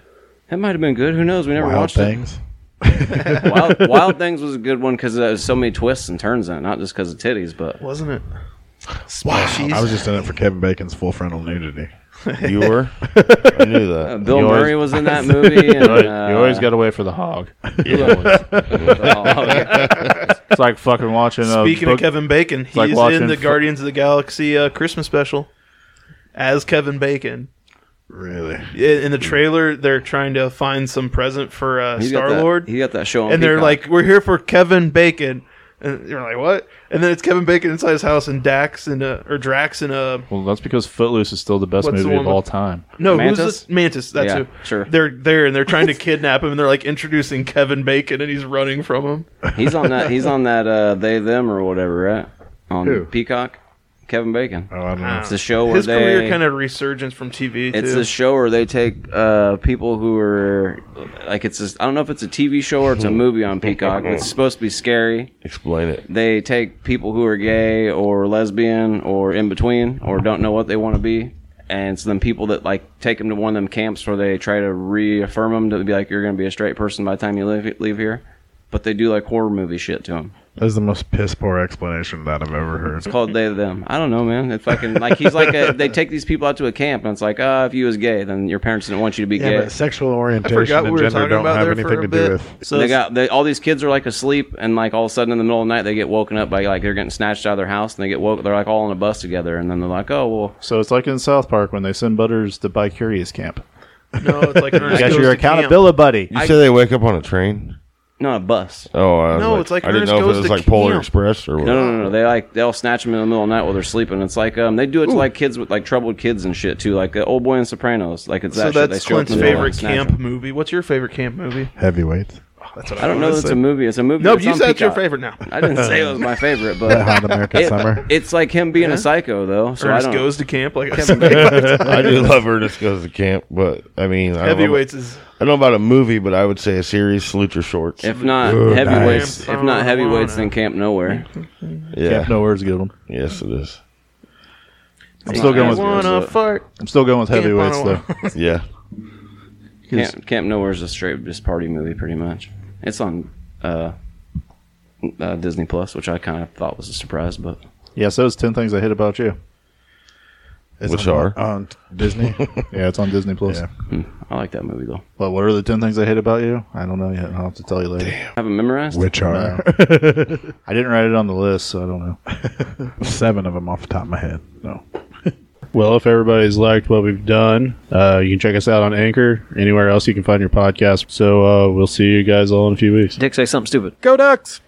That might have been good. Who knows? We never Wild watched things. it. (laughs) Wild, Wild Things was a good one because there's so many twists and turns in it, not just because of titties, but Wasn't it? I was just in it for Kevin Bacon's full frontal nudity. you were. I knew uh, that. Bill You always- Murray was in (laughs) that movie. And, But uh, you always got away for the hog. (laughs) oh, yeah. It's like fucking watching. Uh, Speaking book, of Kevin Bacon, he's like in watching the fu- Guardians of the Galaxy uh, Christmas special as Kevin Bacon. Really? In in the trailer, they're trying to find some present for uh, He's got that- Star Lord, Hmm. He got that show on and they're Peacock. like, "We're here for Kevin Bacon." And you're like, "What?" And then it's Kevin Bacon inside his house, and Dax and uh, or Drax and uh, well, that's because Footloose is still the best What's the movie of one with- all time. No, Mantis? who's the Mantis? That's Yeah, who. sure. They're there and they're (laughs) trying to kidnap him, and they're like introducing Kevin Bacon, and he's running from him. he's on that. He's on that. Uh, they them or whatever, right? On Who? Peacock. Kevin Bacon. Oh, I don't know. Ah. It's a show where His they career kind of resurgence from TV. It's too. a show where they take uh, people who are like it's. I I don't know if it's a TV show (laughs) or it's a movie on Peacock. It's supposed to be scary. Explain it. They take people who are gay or lesbian or in between or don't know what they want to be, and it's them people that like take them to one of them camps where they try to reaffirm them to be like you're going to be a straight person by the time you leave leave here. But they do like horror movie shit to them. That is the most piss poor explanation that I've ever heard. It's called they them. I don't know, man. It fucking like he's like a, they take these people out to a camp and it's like, ah, if you was gay, then your parents didn't want you to be Yeah, gay. but sexual I orientation forgot and what we were gender talking don't about have there for anything a to bit. do with. so they it's- got they, all these kids are like asleep, and like all of a sudden in the middle of the night they get woken up by like they're getting snatched out of their house, and they get woke. They're like all on a bus together, and then they're like, oh well, So it's like in South Park when they send Butters to Bicurious Camp. no, it's (laughs) like You Ernest got goes your to camp. accountability buddy. You say they wake up on a train? not a bus. Oh, I was No, it's like I didn't Ernest know if Goes it was to like Polar Camp. Express or what. No, no, no, no. They like they'll snatch them in the middle of the night while they're sleeping. It's like um they do it to like kids with like troubled kids and shit too, like the old boy in Sopranos. Like it's So that shit. They that's show up Clint's in the middle and favorite snatch camp 'em. movie. What's your favorite camp movie? Heavyweights. That's what I, I don't know wanted that to it's say. a movie. It's a movie. No, that's you on said it's your Peacock. favorite now. I didn't say it was my (laughs) That favorite, but hot American it- summer. it's like him being Yeah. a psycho, though. So I Ernest don't. goes to camp, like I said. (laughs) I do love Ernest Goes to Camp, but I mean, I don't, know about, Heavyweights is I don't know about a movie, but I would say a series, Salute Your Shorts. if not Ooh, heavyweights, nice. if not heavyweights, then Camp (laughs) Nowhere. yeah. Nowhere's a good one. Yes, it is. I'm still going with wanna fart. I'm still going with Camp heavyweights on though. (laughs) Yeah. Camp, Camp Nowhere is a straight just party movie, pretty much. It's on uh, uh, Disney Plus, which I kind of thought was a surprise, but Yeah, so it's ten things I hate (laughs) about you. It's Which on, are? on Disney? Yeah, it's on Disney Plus. Yeah. I like that movie though. But what are the ten things I hate about you? I don't know yet. I'll have to tell you later. I haven't memorized. (laughs) it. Which are I didn't write it on the list, so I don't know. (laughs) seven of them off the top of my head. No. Well, if everybody's liked what we've done, uh, you can check us out on Anchor, anywhere else you can find your podcast. So uh, we'll see you guys all in a few weeks. Dick, say something stupid. Go Ducks!